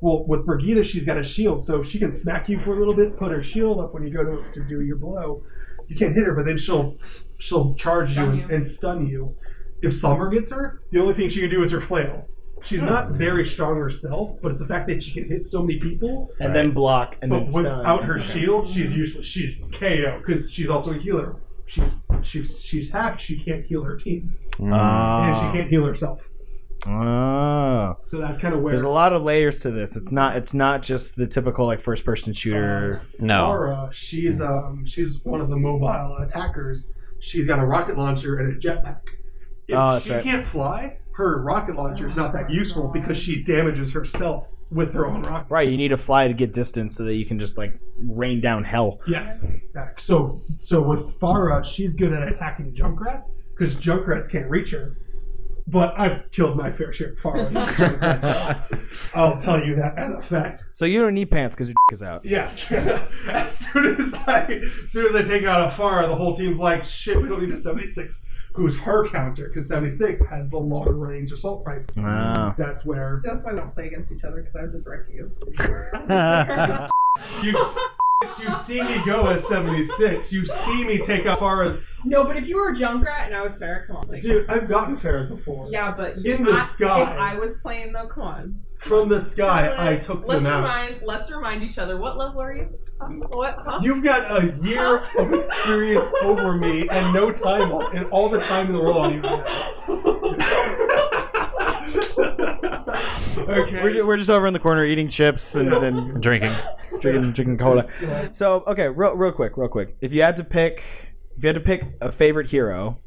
[SPEAKER 1] Well, with Brigida, she's got a shield, so she can smack you for a little bit, put her shield up when you go to, to do your blow. You can't hit her, but then she'll she'll charge you
[SPEAKER 5] Stun
[SPEAKER 1] and,
[SPEAKER 5] you.
[SPEAKER 1] and stun you. If Summer gets her, the only thing she can do is her flail.
[SPEAKER 5] Hmm.
[SPEAKER 1] She's not very strong herself, but it's the fact that she can hit so many people
[SPEAKER 2] And then block and
[SPEAKER 1] but without her shield, she's useless. She's KO because she's also a healer. She's she's she's hacked. She can't heal her team,
[SPEAKER 3] Uh,
[SPEAKER 1] and Mm.
[SPEAKER 2] Uh,
[SPEAKER 1] she can't heal herself.
[SPEAKER 3] Ah.
[SPEAKER 1] So that's kind of where.
[SPEAKER 2] There's a lot of layers to this. It's not it's not just the typical like first person shooter.
[SPEAKER 3] No.
[SPEAKER 1] Mara, uh, she's um she's one of the mobile attackers. She's got a rocket launcher and a jetpack. If
[SPEAKER 2] Oh, that's
[SPEAKER 1] she
[SPEAKER 2] right.
[SPEAKER 1] can't fly, her rocket launcher is not that useful because she damages herself with her own rocket.
[SPEAKER 2] Right, you need to fly to get distance so that you can just like rain down hell.
[SPEAKER 1] Yes. Back. So so with Farah, she's good at attacking Junkrats because Junkrats can't reach her. But I've killed my fair share of Farahs. with Junkrat. I'll tell you that as a fact.
[SPEAKER 2] So you don't need pants because your dick is out.
[SPEAKER 1] Yes. as soon as I, as soon as I take out a Farah, the whole team's like, shit, we don't need a 76, who's her counter because 76 has the long range assault rifle.
[SPEAKER 2] Wow.
[SPEAKER 1] That's where
[SPEAKER 5] That's why we don't play against each other because I would just wreck you.
[SPEAKER 1] you. You see me go as 76. You see me take up Farah's.
[SPEAKER 5] No, but if you were a Junkrat and I was fair, come on. Like,
[SPEAKER 1] Dude, I've gotten Farahs before.
[SPEAKER 5] yeah, but you
[SPEAKER 1] In the
[SPEAKER 5] I-
[SPEAKER 1] sky.
[SPEAKER 5] If I was playing though, come on.
[SPEAKER 1] From the sky, I
[SPEAKER 5] Let's-
[SPEAKER 1] took
[SPEAKER 5] let's
[SPEAKER 1] them out.
[SPEAKER 5] Remind, let's remind each other. What level are you? Huh? What? Huh?
[SPEAKER 1] You've got a year of experience over me and no time on, and all the time in the world on you. okay.
[SPEAKER 2] We're, we're just over in the corner eating chips and, and
[SPEAKER 3] Drinking.
[SPEAKER 2] drinking drinking cola. So okay, real real quick, real quick. If you had to pick, if you had to pick a favorite hero,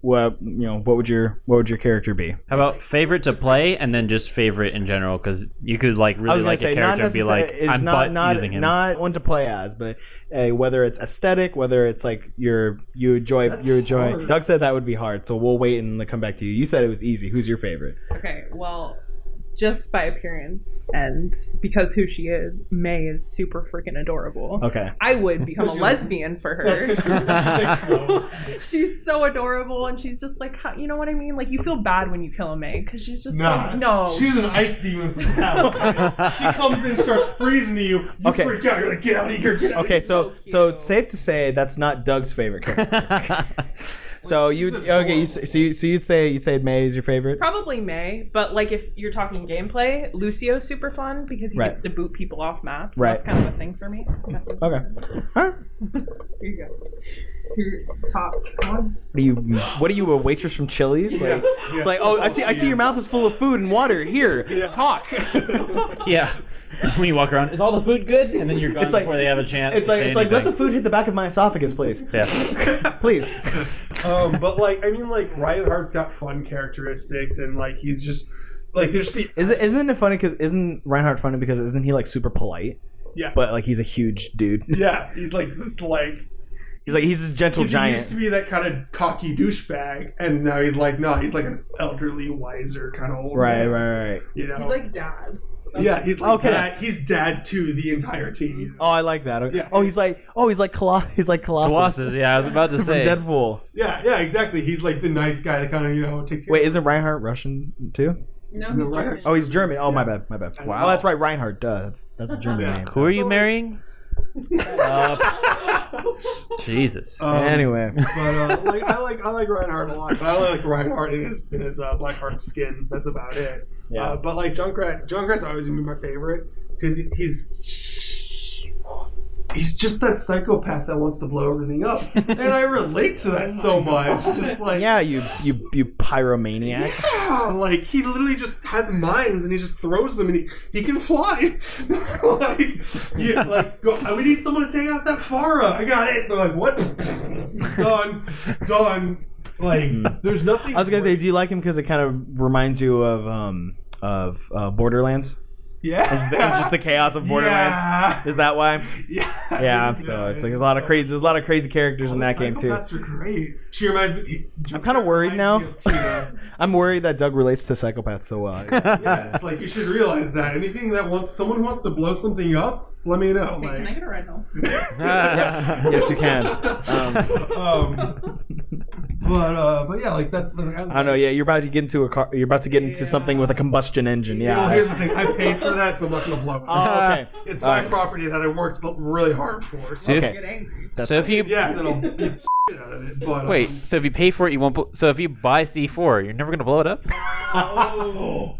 [SPEAKER 2] what you know, what would your what would your character be?
[SPEAKER 3] How about favorite to play and then just favorite in general? Because you could like
[SPEAKER 2] I
[SPEAKER 3] really
[SPEAKER 2] was gonna
[SPEAKER 3] like
[SPEAKER 2] say
[SPEAKER 3] a
[SPEAKER 2] not
[SPEAKER 3] character and be like,
[SPEAKER 2] necessarily. It's
[SPEAKER 3] I'm
[SPEAKER 2] not not
[SPEAKER 3] not, using him.
[SPEAKER 2] not one to play as, but uh, whether it's aesthetic, whether it's like your you enjoy
[SPEAKER 1] That's
[SPEAKER 2] you enjoy.
[SPEAKER 1] hard.
[SPEAKER 2] Doug said that would be hard, so we'll wait and come back to you. You said it was easy. Who's your favorite?
[SPEAKER 5] Okay, well, just by appearance and because who she is, May is super freaking adorable.
[SPEAKER 1] Uh,
[SPEAKER 2] Okay.
[SPEAKER 5] I would become a
[SPEAKER 1] Would you-
[SPEAKER 5] lesbian for her. she's so adorable, and she's just like, how- you know what I mean? Like, you feel bad when you kill a May because she's just
[SPEAKER 1] Nah.
[SPEAKER 5] like, no.
[SPEAKER 1] She's an ice demon from hell. she comes in, starts freezing you. You
[SPEAKER 2] Okay.
[SPEAKER 1] freak out. You're like, get out of here. Get out of
[SPEAKER 2] Okay,
[SPEAKER 5] so
[SPEAKER 2] so so
[SPEAKER 5] cute.
[SPEAKER 2] it's safe to say that's not Doug's favorite character. So
[SPEAKER 1] She's
[SPEAKER 2] you
[SPEAKER 1] adorable.
[SPEAKER 2] okay? You, s- so you so you'd say you would say May is your favorite.
[SPEAKER 5] Probably May, but like if you're talking gameplay, Lucio's super fun because he
[SPEAKER 2] Right.
[SPEAKER 5] gets to boot people off maps.
[SPEAKER 2] Right.
[SPEAKER 5] That's kind of a thing for me. Okay.
[SPEAKER 2] Okay. All right.
[SPEAKER 5] Here you go. Your top one.
[SPEAKER 2] What are you? What are you? A waitress from Chili's? Like,
[SPEAKER 1] Yes, yes.
[SPEAKER 2] It's like, oh, I see. I see your mouth is full of food and water. Here, talk.
[SPEAKER 3] Yeah. when you walk around, is all the food good? And then you're gone
[SPEAKER 2] It's like-
[SPEAKER 3] before they have a chance.
[SPEAKER 2] It's
[SPEAKER 3] to
[SPEAKER 2] like
[SPEAKER 3] say
[SPEAKER 2] it's like let the
[SPEAKER 3] anything.
[SPEAKER 2] food hit the back of my esophagus, please.
[SPEAKER 3] Yeah.
[SPEAKER 2] Please.
[SPEAKER 1] um, but like I mean, like Ryan Hart's got fun characteristics, and like he's just like there's the
[SPEAKER 2] Is it, isn't it funny? Cause isn't Reinhardt funny? Because isn't he like super polite?
[SPEAKER 1] Yeah.
[SPEAKER 2] But like he's a huge dude.
[SPEAKER 1] yeah. He's like this, like
[SPEAKER 2] He's like he's a gentle
[SPEAKER 1] 'cause he used
[SPEAKER 2] giant.
[SPEAKER 1] to be that kind of cocky douchebag, and now he's like no, he's like an elderly, wiser kind of old
[SPEAKER 2] Right,
[SPEAKER 1] man,
[SPEAKER 2] right, right.
[SPEAKER 1] You know,
[SPEAKER 5] He's like dad.
[SPEAKER 1] yeah, he's like
[SPEAKER 2] Okay.
[SPEAKER 1] dad. He's dad to the entire team. you know?
[SPEAKER 2] Oh, I like that. Okay.
[SPEAKER 1] Yeah.
[SPEAKER 2] Oh, he's like oh, he's like Colo- he's like Colossus.
[SPEAKER 3] Colossus. Yeah, I was about to
[SPEAKER 2] from
[SPEAKER 3] say.
[SPEAKER 2] Deadpool.
[SPEAKER 1] Yeah, yeah, exactly. He's like the nice guy that kind of you know takes. care
[SPEAKER 2] Wait,
[SPEAKER 1] of-
[SPEAKER 2] isn't Reinhardt Russian too?
[SPEAKER 5] No,
[SPEAKER 1] No,
[SPEAKER 5] he's
[SPEAKER 1] right.
[SPEAKER 5] German.
[SPEAKER 2] Oh, he's German. Oh, my bad, my bad.
[SPEAKER 1] Wow.
[SPEAKER 2] Oh, that's right. Reinhardt. Duh, that's that's a German
[SPEAKER 1] Yeah.
[SPEAKER 2] name.
[SPEAKER 3] Who are you marrying? Uh, Jesus.
[SPEAKER 2] Oh,
[SPEAKER 1] Um,
[SPEAKER 2] anyway.
[SPEAKER 1] But uh, like I like I like Reinhardt a lot, but I only like Reinhardt in his in his uh, black heart skin. That's about it.
[SPEAKER 2] Yeah.
[SPEAKER 1] Uh, but like Junkrat, Junkrat's always gonna be my favorite because he, he's he's just that psychopath that wants to blow everything up, and I relate to that so much. Just like
[SPEAKER 2] yeah, you you you pyromaniac.
[SPEAKER 1] yeah, like he literally just has mines and he just throws them and he, he can fly. like, yeah, like go, we need someone to take out that Farah. I got it. They're like, what? done, done. Like, there's nothing.
[SPEAKER 2] Hmm. I was gonna say, do you like him because it kind of reminds you of um of uh, Borderlands?
[SPEAKER 1] yeah,
[SPEAKER 2] It's the- it's just the chaos of Borderlands.
[SPEAKER 1] Yeah.
[SPEAKER 2] Is that why?
[SPEAKER 1] yeah,
[SPEAKER 2] Yeah. So it's like there's a lot of crazy there's a lot of crazy characters in that game too.
[SPEAKER 1] That's great. She reminds me.
[SPEAKER 2] I'm kinda worried now.
[SPEAKER 1] reminds me of Tina.
[SPEAKER 2] I'm worried that Doug relates to psychopaths so uh, well.
[SPEAKER 1] yes, like you should realize that anything that wants someone who wants to blow something up, let me know.
[SPEAKER 5] Okay, can I
[SPEAKER 1] Like,
[SPEAKER 5] get a red now?
[SPEAKER 2] yes. yes, you can. Um,
[SPEAKER 1] um, but uh, but yeah, like that's the. I,
[SPEAKER 2] I don't know. Yeah, you're about to get into a car. You're about to get into something with a combustion engine.
[SPEAKER 1] You know,
[SPEAKER 2] Yeah.
[SPEAKER 1] here's the thing. I paid for that, so I'm not gonna blow it.
[SPEAKER 2] oh, okay.
[SPEAKER 1] it's my
[SPEAKER 2] alright.
[SPEAKER 1] property that I worked really hard for. So
[SPEAKER 3] Okay.
[SPEAKER 5] I get angry.
[SPEAKER 2] That's
[SPEAKER 3] so if you
[SPEAKER 1] yeah, then I'll beat the shit out of it. But um,
[SPEAKER 3] wait, so if you pay for it, you won't. Bl- so if you buy C4, you're never gonna blow it up.
[SPEAKER 1] Oh.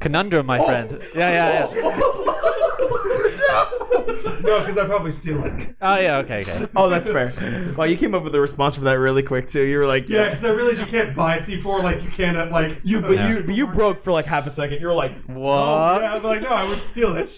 [SPEAKER 3] Conundrum, my friend. Yeah, yeah, yeah.
[SPEAKER 1] no, because I probably steal it.
[SPEAKER 3] Oh yeah. Okay, okay.
[SPEAKER 2] Oh, that's fair. Well, you came up with a response for that really quick too. You were like,
[SPEAKER 1] Yeah, because I realize you can't buy C4 like you can at like you.
[SPEAKER 2] But you but you broke for like half a second. You were like,
[SPEAKER 3] What?
[SPEAKER 1] Yeah, I'm like no, I would steal that. Shit.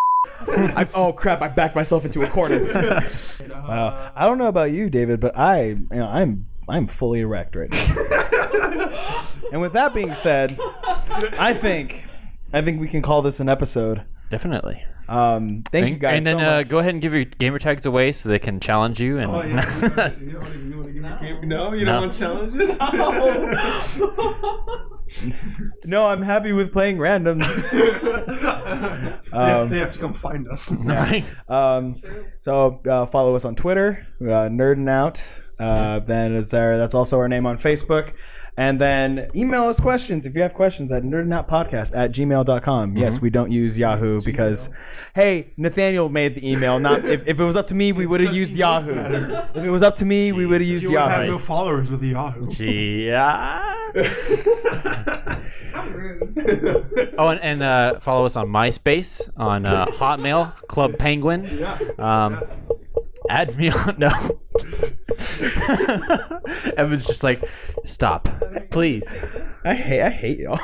[SPEAKER 2] I, oh crap! I backed myself into a corner. wow. I don't know about you, David, but I, you know, I'm I'm fully erect right now. and with that being said, I think I think we can call this an episode.
[SPEAKER 3] Definitely.
[SPEAKER 2] Um, thank
[SPEAKER 3] and,
[SPEAKER 2] you guys
[SPEAKER 3] And then
[SPEAKER 2] so
[SPEAKER 3] uh,
[SPEAKER 2] much.
[SPEAKER 3] go ahead and give your gamer tags away so they can challenge you. And
[SPEAKER 1] Oh yeah. You don't- you don't- you don't wanna give me- No, you
[SPEAKER 3] No.
[SPEAKER 1] don't want challenges.
[SPEAKER 5] Oh.
[SPEAKER 2] no, I'm happy with playing randoms.
[SPEAKER 1] they, have, they have to come find us.
[SPEAKER 3] All right.
[SPEAKER 2] Um, so uh, follow us on Twitter, uh, Nerdin Out. Uh, then it's our, that's also our name on Facebook. And then email us questions if you have questions at nerdinoutpodcast at gmail.com.
[SPEAKER 3] Mm-hmm.
[SPEAKER 2] Yes, we don't use Yahoo because, hey, Nathaniel made the email. Not if, if it was up to me, we would have
[SPEAKER 1] because
[SPEAKER 2] used
[SPEAKER 1] he knows
[SPEAKER 2] Yahoo.
[SPEAKER 1] better.
[SPEAKER 2] If it was up to me, we would have used
[SPEAKER 1] You would have
[SPEAKER 2] Yahoo.
[SPEAKER 1] no followers with Yahoo.
[SPEAKER 3] Yeah.
[SPEAKER 5] How rude.
[SPEAKER 3] Oh, and, and uh, follow us on MySpace, on uh, Hotmail, Club Penguin,
[SPEAKER 1] yeah.
[SPEAKER 3] um, add me on. No. Evan's just like, stop, please.
[SPEAKER 2] I hate, I hate y'all.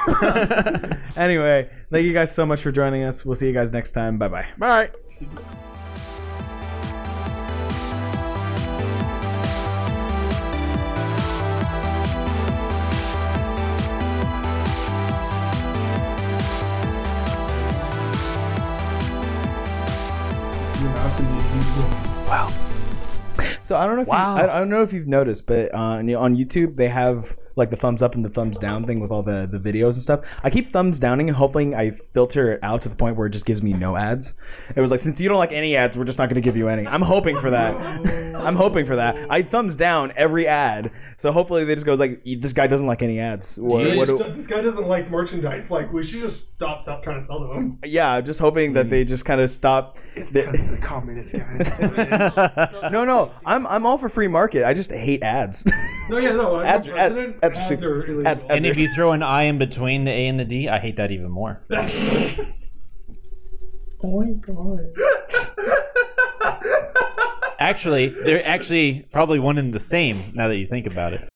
[SPEAKER 2] anyway, thank you guys so much for joining us. We'll see you guys next time. Bye bye.
[SPEAKER 3] Bye.
[SPEAKER 1] Your mouse is useful.
[SPEAKER 2] So I don't know if
[SPEAKER 3] Wow.
[SPEAKER 2] you, I, I don't know if you've noticed, but uh, on on YouTube they have like the thumbs up and the thumbs down thing with all the, the videos and stuff. I keep thumbs downing, hoping I filter it out to the point where it just gives me no ads. It was like since you don't like any ads, we're just not going to give you any. I'm hoping for that. I'm hoping for that. I thumbs down every ad, so hopefully they just goes like "E, this guy doesn't like any ads. What-
[SPEAKER 1] They
[SPEAKER 2] what
[SPEAKER 1] just
[SPEAKER 2] do-
[SPEAKER 1] don't- this guy doesn't like merchandise. Like, we should just stop stop trying to sell to him.
[SPEAKER 2] yeah, I'm just hoping
[SPEAKER 1] Hmm.
[SPEAKER 2] that they just kind of stop.
[SPEAKER 1] Because he's a communist guy.
[SPEAKER 2] No, no, I'm I'm all for free market. I just hate ads.
[SPEAKER 1] No, yeah, no. I'm
[SPEAKER 2] Ads-
[SPEAKER 1] the president.
[SPEAKER 2] ads-
[SPEAKER 1] ads are illegal.
[SPEAKER 2] ads-
[SPEAKER 3] and if you throw an I in between the A and the D, I hate that even more.
[SPEAKER 5] Oh my god.
[SPEAKER 3] Actually, they're actually probably one and the same now that you think about it.